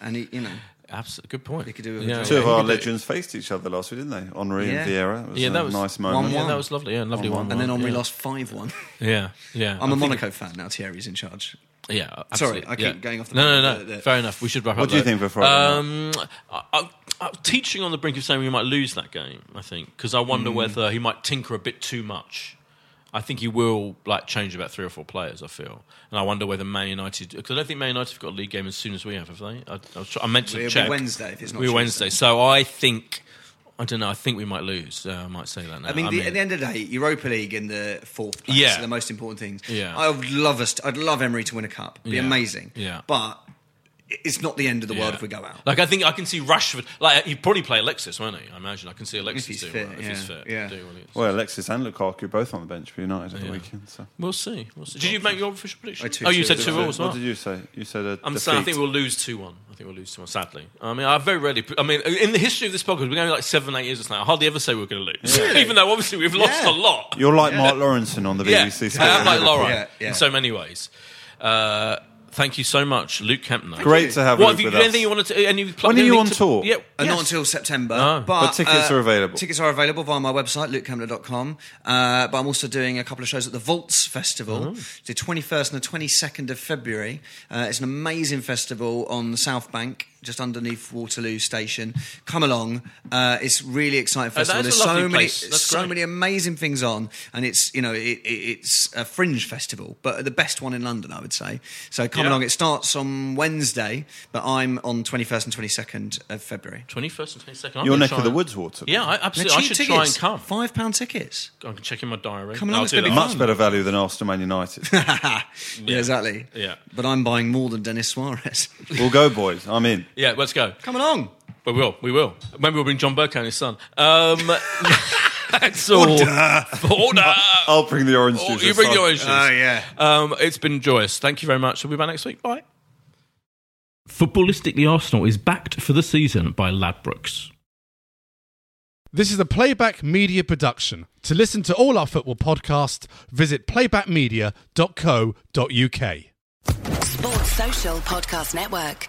Speaker 2: and he, you know,
Speaker 1: Absolutely, good point.
Speaker 2: They could do it with a draw.
Speaker 3: Two of our
Speaker 1: You could do-
Speaker 3: legends faced each other last week, didn't they? Henri
Speaker 2: Yeah.
Speaker 3: and Vieira. It was
Speaker 1: Yeah,
Speaker 3: a
Speaker 1: that was
Speaker 3: nice moment.
Speaker 1: Yeah,
Speaker 2: One.
Speaker 1: that was lovely. Yeah, lovely one.
Speaker 2: and then Henri
Speaker 1: yeah.
Speaker 2: lost five-one.
Speaker 1: Yeah, yeah.
Speaker 2: I'm
Speaker 1: a
Speaker 2: a Monaco fan now. Thierry's in charge.
Speaker 1: Yeah,
Speaker 2: Sorry,
Speaker 1: absolutely.
Speaker 2: I keep
Speaker 1: yeah.
Speaker 2: going off the-
Speaker 1: No, no, no.
Speaker 2: the- the-
Speaker 1: Fair enough. We should wrap up.
Speaker 3: What do you
Speaker 1: though.
Speaker 3: think for Friday night?
Speaker 1: Um, I, I, uh, teaching on the brink of saying we might lose that game. I think because I wonder
Speaker 2: Hmm.
Speaker 1: whether he might tinker a bit too much. I think he will like change about three or four players. I feel, and I wonder whether Man United because I don't think Man United have got a league game as soon as we have, have they? I, I, was try- I meant to
Speaker 2: It'll be
Speaker 1: check
Speaker 2: Wednesday, if it's not
Speaker 1: We're
Speaker 2: Tuesday.
Speaker 1: Wednesday, so I think I don't know. I think we might lose. Uh, I might say that now.
Speaker 2: I mean, the, at the end of the day, Europa League and the fourth place
Speaker 1: Yeah.
Speaker 2: are the most important things.
Speaker 1: Yeah.
Speaker 2: I would love us. I'd love Emery to win a cup. It'd be
Speaker 1: Yeah.
Speaker 2: amazing.
Speaker 1: Yeah.
Speaker 2: but it's not the end of the world
Speaker 1: Yeah.
Speaker 2: if we go out.
Speaker 1: Like I think I can see Rashford. Like he'd probably play Alexis, won't he? I imagine I can see Alexis
Speaker 2: he's
Speaker 1: doing
Speaker 2: fit,
Speaker 1: well, if he's
Speaker 2: yeah,
Speaker 1: fit.
Speaker 2: yeah.
Speaker 1: doing what he is.
Speaker 3: Well, Alexis and Lukaku both on the bench for United at the
Speaker 1: Yeah.
Speaker 3: weekend. So.
Speaker 1: We'll see. We'll see. Did you make your official prediction?
Speaker 2: I two-
Speaker 1: oh, you
Speaker 2: two-
Speaker 1: said
Speaker 2: two-
Speaker 1: two
Speaker 2: two-
Speaker 1: all as well.
Speaker 3: What did you say? You said a
Speaker 1: I'm
Speaker 3: defeat.
Speaker 1: saying I think we'll lose two one. I think we'll lose two one. Sadly, I mean, I very rarely. I mean, in the history of this podcast, we're going like seven, eight years or something. I hardly ever say we're going to lose, even though obviously we've lost
Speaker 2: Yeah.
Speaker 1: a lot.
Speaker 3: You're like Mark Lawrenson on the
Speaker 1: yeah,
Speaker 3: BBC.
Speaker 1: I am
Speaker 3: Sport.
Speaker 1: like Laura
Speaker 2: Yeah, yeah.
Speaker 1: in so many ways. Uh, thank you so much, Luke Kempner.
Speaker 3: Great to have
Speaker 1: What
Speaker 3: Luke
Speaker 1: have you?
Speaker 3: with
Speaker 1: Anything
Speaker 3: us.
Speaker 1: you wanted to? Any pl-
Speaker 3: When are you
Speaker 1: anything
Speaker 3: on
Speaker 1: to-
Speaker 3: tour?
Speaker 1: Yeah,
Speaker 2: Uh,
Speaker 1: yes.
Speaker 2: Not until September.
Speaker 1: No.
Speaker 2: But, uh,
Speaker 3: But tickets are available.
Speaker 2: Tickets are available via my website, lukecamera.com. Uh, but I'm also doing a couple of shows at the Vaults Festival,
Speaker 3: Oh.
Speaker 2: the 21st and the 22nd of February. Uh, it's an amazing festival on the South Bank, just underneath Waterloo Station. Come along. Uh, it's really exciting
Speaker 1: Oh, that
Speaker 2: festival.
Speaker 1: is a
Speaker 2: There's
Speaker 1: lovely
Speaker 2: so many,
Speaker 1: place. That's
Speaker 2: so
Speaker 1: great.
Speaker 2: many amazing things on, and it's you know it, it, it's a fringe festival, but the best one in London, I would say. So come
Speaker 1: Yeah.
Speaker 2: along. It starts on Wednesday, but I'm on 21st and 22nd of February.
Speaker 1: 21st and 22nd. I'm
Speaker 3: Your
Speaker 1: gonna
Speaker 3: neck
Speaker 1: try
Speaker 3: of the
Speaker 1: and-
Speaker 3: woods, Water.
Speaker 1: Yeah, I, absolutely. I
Speaker 2: They're
Speaker 1: should
Speaker 2: cheap
Speaker 1: try and
Speaker 2: tickets.
Speaker 1: come.
Speaker 2: Five pound tickets.
Speaker 1: I can check in my diary.
Speaker 2: Come along,
Speaker 1: I'll
Speaker 2: it's
Speaker 1: do
Speaker 2: gonna be
Speaker 1: that.
Speaker 2: fun.
Speaker 3: Much better value than Arsenal Man United.
Speaker 2: yeah. exactly.
Speaker 1: Yeah.
Speaker 2: But I'm buying more than Dennis Suarez.
Speaker 3: we'll go, boys. I'm in.
Speaker 1: Yeah, let's go.
Speaker 2: Come along.
Speaker 1: We will. We will. Maybe we'll bring John Burke and his son. Um, that's all. Order.
Speaker 3: I'll bring the orange
Speaker 1: Oh,
Speaker 3: juice. Oh,
Speaker 1: you bring
Speaker 3: aside.
Speaker 1: your own shoes.
Speaker 2: yeah.
Speaker 1: Um, it's been joyous. Thank you very much. We'll be back next week. Bye.
Speaker 4: Footballistically Arsenal is backed for the season by Ladbrokes.
Speaker 5: This is a Playback Media production. To listen to all our football podcasts, visit playbackmedia.co.uk.
Speaker 6: Sports Social Podcast Network.